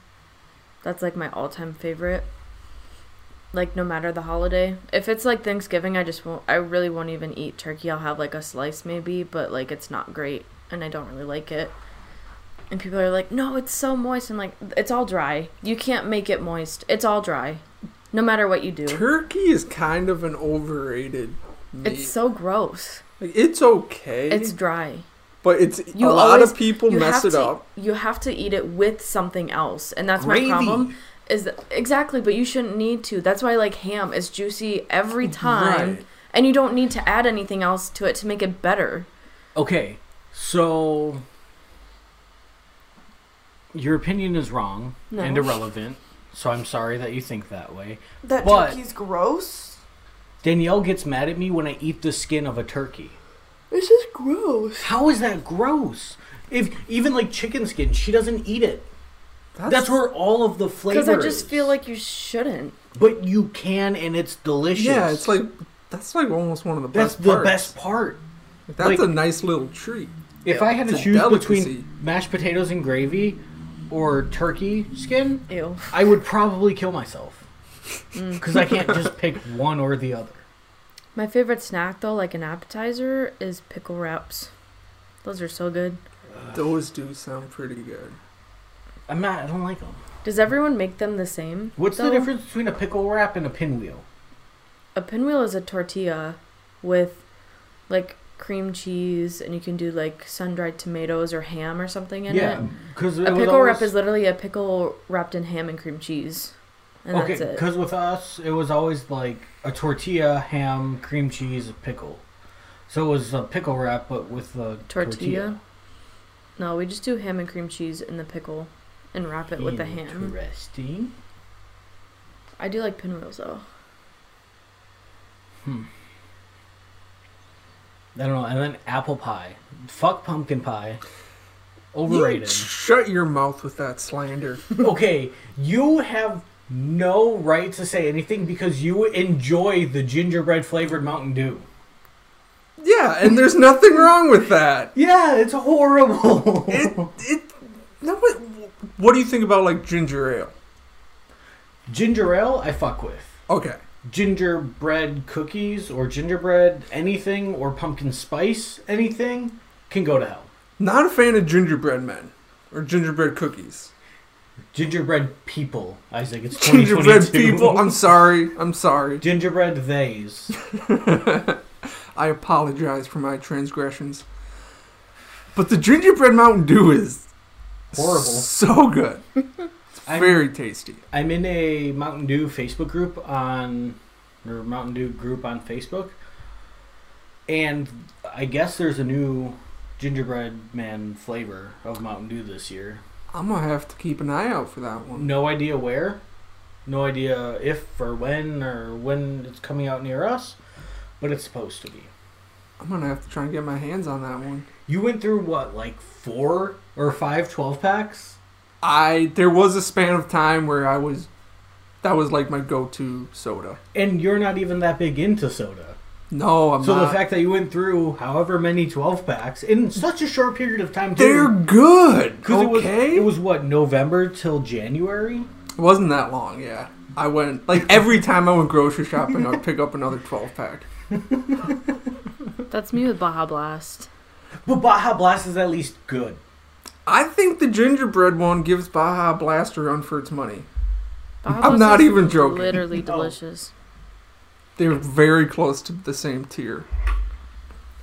[SPEAKER 3] That's like my all-time favorite. Like no matter the holiday. If it's like Thanksgiving, I just won't I really won't even eat turkey. I'll have like a slice maybe, but like it's not great and I don't really like it. And people are like, "No, it's so moist." I'm like, "It's all dry. You can't make it moist. It's all dry." No matter what you do.
[SPEAKER 2] Turkey is kind of an overrated meat.
[SPEAKER 3] It's
[SPEAKER 2] It's,
[SPEAKER 3] so gross.
[SPEAKER 2] like, it's okay,
[SPEAKER 3] It's dry.
[SPEAKER 2] but it's a
[SPEAKER 3] You
[SPEAKER 2] lot
[SPEAKER 3] always-
[SPEAKER 2] of people
[SPEAKER 3] you
[SPEAKER 2] mess
[SPEAKER 3] have
[SPEAKER 2] it
[SPEAKER 3] to,
[SPEAKER 2] up.
[SPEAKER 3] You have to eat it with something else, and that's
[SPEAKER 1] Gravy.
[SPEAKER 3] my problem. Is that, exactly, but you shouldn't need to. That's why like ham is juicy every time,
[SPEAKER 2] Right.
[SPEAKER 3] and you don't need to add anything else to it to make it better.
[SPEAKER 1] Okay, so your opinion is wrong
[SPEAKER 3] No.
[SPEAKER 1] and irrelevant. So I'm sorry that you think that way.
[SPEAKER 4] That
[SPEAKER 1] But-
[SPEAKER 4] turkey's gross.
[SPEAKER 1] Danielle gets mad at me when I eat the skin of a turkey.
[SPEAKER 4] This is gross.
[SPEAKER 1] How is that gross? If even like chicken skin, she doesn't eat it. That's where all of the flavor.
[SPEAKER 3] Because I just
[SPEAKER 1] is.
[SPEAKER 3] feel like you shouldn't.
[SPEAKER 1] But you can, and it's delicious.
[SPEAKER 2] Yeah, it's like that's like almost one of the
[SPEAKER 1] that's
[SPEAKER 2] best.
[SPEAKER 1] the
[SPEAKER 2] parts.
[SPEAKER 1] best part.
[SPEAKER 2] Like, That's
[SPEAKER 1] like-
[SPEAKER 2] a nice little treat.
[SPEAKER 1] If I had to
[SPEAKER 2] It's a
[SPEAKER 1] choose
[SPEAKER 2] delicacy.
[SPEAKER 1] between mashed potatoes and gravy or turkey skin,
[SPEAKER 3] Ew.
[SPEAKER 1] I would probably kill myself
[SPEAKER 3] Mm.
[SPEAKER 1] because I can't just pick one or the other.
[SPEAKER 3] My favorite snack though, like an appetizer, is pickle wraps. Those are so good.
[SPEAKER 2] Those do sound pretty good.
[SPEAKER 1] I'm not. I don't like them.
[SPEAKER 3] Does everyone make them the same?
[SPEAKER 1] What's the
[SPEAKER 3] though?
[SPEAKER 1] difference between a pickle wrap and a pinwheel?
[SPEAKER 3] A pinwheel is a tortilla with like cream cheese, and you can do like sun dried tomatoes or ham or something in it.
[SPEAKER 1] yeah, because
[SPEAKER 3] A pickle wrap is literally a pickle wrapped in ham and cream cheese. and that's
[SPEAKER 1] okay,
[SPEAKER 3] it.
[SPEAKER 1] because with us, it was always like a tortilla, ham, cream cheese, pickle. So it was a pickle wrap, but with the
[SPEAKER 3] Tortilla? No, we just do ham and cream cheese in the pickle and wrap it with the ham.
[SPEAKER 1] Interesting.
[SPEAKER 3] I do like pinwheels though.
[SPEAKER 1] I don't know. And then apple pie. Fuck pumpkin pie.
[SPEAKER 2] You
[SPEAKER 1] Overrated.
[SPEAKER 2] shut your mouth with that slander.
[SPEAKER 1] okay, you have no right to say anything because you enjoy the gingerbread flavored Mountain Dew.
[SPEAKER 2] yeah, and there's nothing wrong with that.
[SPEAKER 1] Yeah, it's horrible.
[SPEAKER 2] It it no. What, what do you think about like ginger ale?
[SPEAKER 1] Ginger ale, I fuck with.
[SPEAKER 2] Okay,
[SPEAKER 1] Gingerbread cookies or gingerbread anything or pumpkin spice anything can go to hell.
[SPEAKER 2] not a fan of gingerbread men or gingerbread cookies.
[SPEAKER 1] Gingerbread people, Isaac. It's
[SPEAKER 2] Gingerbread
[SPEAKER 1] 2022.
[SPEAKER 2] people. I'm sorry. I'm sorry.
[SPEAKER 1] Gingerbread theys.
[SPEAKER 2] I apologize for my transgressions. But the gingerbread Mountain Dew is
[SPEAKER 1] Horrible.
[SPEAKER 2] So good.
[SPEAKER 1] I'm-
[SPEAKER 2] Very tasty.
[SPEAKER 1] I'm in a Mountain Dew Facebook group on, or Mountain Dew group on Facebook, and I guess there's a new gingerbread man flavor of Mountain Dew this year.
[SPEAKER 2] I'm gonna have to keep an eye out for that one.
[SPEAKER 1] No idea where, no idea if or when or when it's coming out near us, but it's supposed to be.
[SPEAKER 2] I'm gonna have to try and get my hands on that one.
[SPEAKER 1] You went through what, like four or five 12 packs?
[SPEAKER 2] I there was a span of time where I was that was like my go-to soda.
[SPEAKER 1] And you're not even that big into soda.
[SPEAKER 2] No, I'm
[SPEAKER 1] So
[SPEAKER 2] not.
[SPEAKER 1] the fact that you went through however many 12 packs in such a short period of time, too.
[SPEAKER 2] they're good.
[SPEAKER 1] Because it
[SPEAKER 2] Okay,
[SPEAKER 1] was it was what November till January.
[SPEAKER 2] It wasn't that long, yeah. I went like every time I went grocery shopping, I'd pick up another 12 pack.
[SPEAKER 3] That's me with Baja Blast.
[SPEAKER 1] But Baja Blast is at least good.
[SPEAKER 2] I think the gingerbread one gives Baja Blast a run for its money.
[SPEAKER 3] Baja
[SPEAKER 2] I'm
[SPEAKER 3] Blast
[SPEAKER 2] not
[SPEAKER 3] is
[SPEAKER 2] even joking.
[SPEAKER 3] Literally
[SPEAKER 1] No.
[SPEAKER 3] delicious.
[SPEAKER 2] They're very close to the same tier.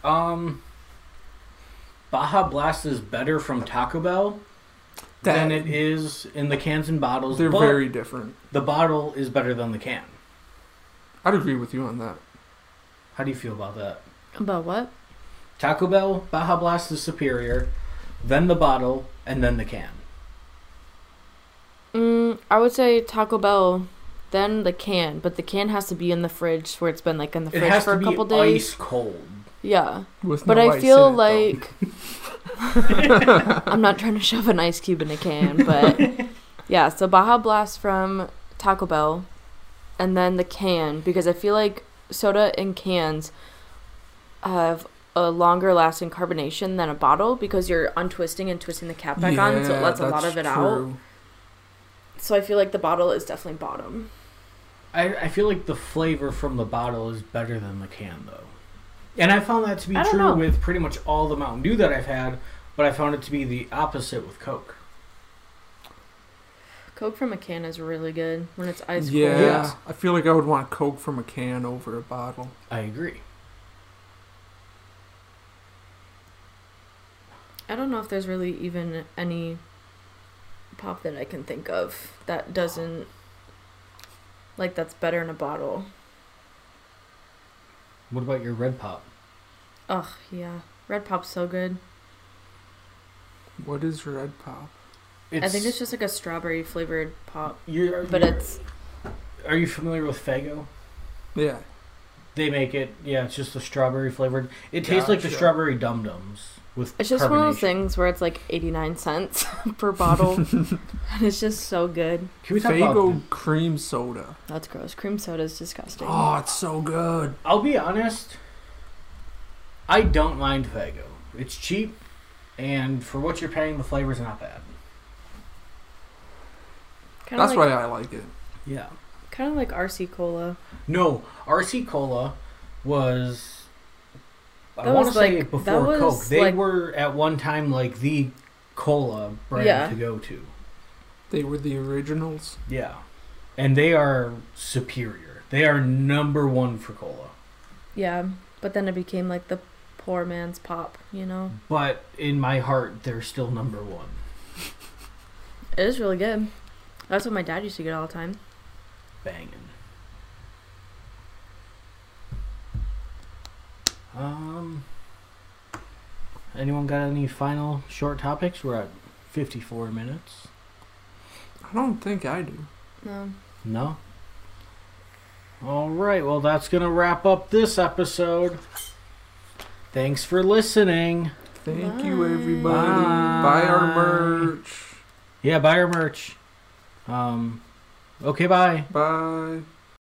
[SPEAKER 1] Um, Baja Blast is better from Taco Bell than it is in the cans and bottles.
[SPEAKER 2] They're
[SPEAKER 1] but
[SPEAKER 2] very different.
[SPEAKER 1] the bottle is better than the can.
[SPEAKER 2] I'd agree with you on that.
[SPEAKER 1] How do you feel about that?
[SPEAKER 3] About what?
[SPEAKER 1] Taco Bell Baja Blast is superior, then the bottle, and then the can.
[SPEAKER 3] Mm, I would say Taco Bell, then the can, but the can has to be in the fridge where it's been like in the
[SPEAKER 1] It
[SPEAKER 3] fridge
[SPEAKER 1] has
[SPEAKER 3] for
[SPEAKER 1] to
[SPEAKER 3] a
[SPEAKER 1] be
[SPEAKER 3] couple days.
[SPEAKER 1] ice cold.
[SPEAKER 3] Yeah,
[SPEAKER 2] With
[SPEAKER 3] but
[SPEAKER 2] no
[SPEAKER 3] I
[SPEAKER 2] ice
[SPEAKER 3] feel
[SPEAKER 2] in it, though.
[SPEAKER 3] like I'm not trying to shove an ice cube in a can, but yeah. So Baja Blast from Taco Bell, and then the can because I feel like soda in cans have a longer lasting carbonation than a bottle because you're untwisting and twisting the cap back on, so it
[SPEAKER 2] Yeah,
[SPEAKER 3] lets a lot
[SPEAKER 2] that's
[SPEAKER 3] of it out.
[SPEAKER 2] true.
[SPEAKER 3] So I feel like the bottle is definitely bottom.
[SPEAKER 1] I, I feel like the flavor from the bottle is better than the can, though. And I found that to be
[SPEAKER 3] I don't
[SPEAKER 1] true
[SPEAKER 3] know.
[SPEAKER 1] with pretty much all the Mountain Dew that I've had, but I found it to be the opposite with Coke.
[SPEAKER 3] Coke from a can is really good when it's ice cold.
[SPEAKER 2] Yeah,
[SPEAKER 1] Yes.
[SPEAKER 2] I feel like I would want Coke from a can over a bottle.
[SPEAKER 1] I agree.
[SPEAKER 3] I don't know if there's really even any pop that I can think of that doesn't like that's better in a bottle.
[SPEAKER 1] What about your Red Pop?
[SPEAKER 3] Ugh, yeah. Red pop's so good.
[SPEAKER 2] What is Red Pop?
[SPEAKER 1] It's,
[SPEAKER 3] I think it's just like a strawberry flavored pop,
[SPEAKER 1] You're,
[SPEAKER 3] but
[SPEAKER 1] you're-
[SPEAKER 3] it's
[SPEAKER 1] Are you familiar with Fago?
[SPEAKER 2] Yeah,
[SPEAKER 1] They make it. Yeah, it's just the strawberry flavored. It tastes like the
[SPEAKER 2] Gotcha.
[SPEAKER 1] strawberry Dum Dums with.
[SPEAKER 3] it's just one of those
[SPEAKER 1] carbonation.
[SPEAKER 3] things where it's like 89 cents per bottle and it's just so good.
[SPEAKER 1] Can we talk about?
[SPEAKER 2] Fago cream soda.
[SPEAKER 3] That's gross. Cream soda is disgusting.
[SPEAKER 2] Oh, it's so good.
[SPEAKER 1] I'll be honest. I don't mind Fago. It's cheap, and for what you're paying, the flavor's not bad.
[SPEAKER 3] Kinda
[SPEAKER 2] That's
[SPEAKER 3] like,
[SPEAKER 2] why I like it.
[SPEAKER 1] Yeah.
[SPEAKER 3] Kind of like RC Cola.
[SPEAKER 1] No, RC Cola was. I
[SPEAKER 3] That
[SPEAKER 1] want to
[SPEAKER 3] was
[SPEAKER 1] say
[SPEAKER 3] like-
[SPEAKER 1] it before
[SPEAKER 3] that was
[SPEAKER 1] Coke. They
[SPEAKER 3] like-
[SPEAKER 1] were at one time like the cola brand
[SPEAKER 3] Yeah.
[SPEAKER 1] to go to.
[SPEAKER 2] They were the originals.
[SPEAKER 1] Yeah, and they are superior. They are number one for cola.
[SPEAKER 3] Yeah, but then it became like the poor man's pop, you know?
[SPEAKER 1] But in my heart, they're still number one.
[SPEAKER 3] It is really good. That's what my dad used to get all the time.
[SPEAKER 1] banging. Um, anyone got any final short topics? We're at 54 minutes.
[SPEAKER 2] I don't think I do.
[SPEAKER 3] No.
[SPEAKER 1] No? All right, well, that's going to wrap up this episode. Thanks for listening.
[SPEAKER 2] Thank you,
[SPEAKER 3] Bye.
[SPEAKER 2] everybody. Buy our merch.
[SPEAKER 1] Yeah, buy our merch. Um, okay, bye.
[SPEAKER 2] Bye.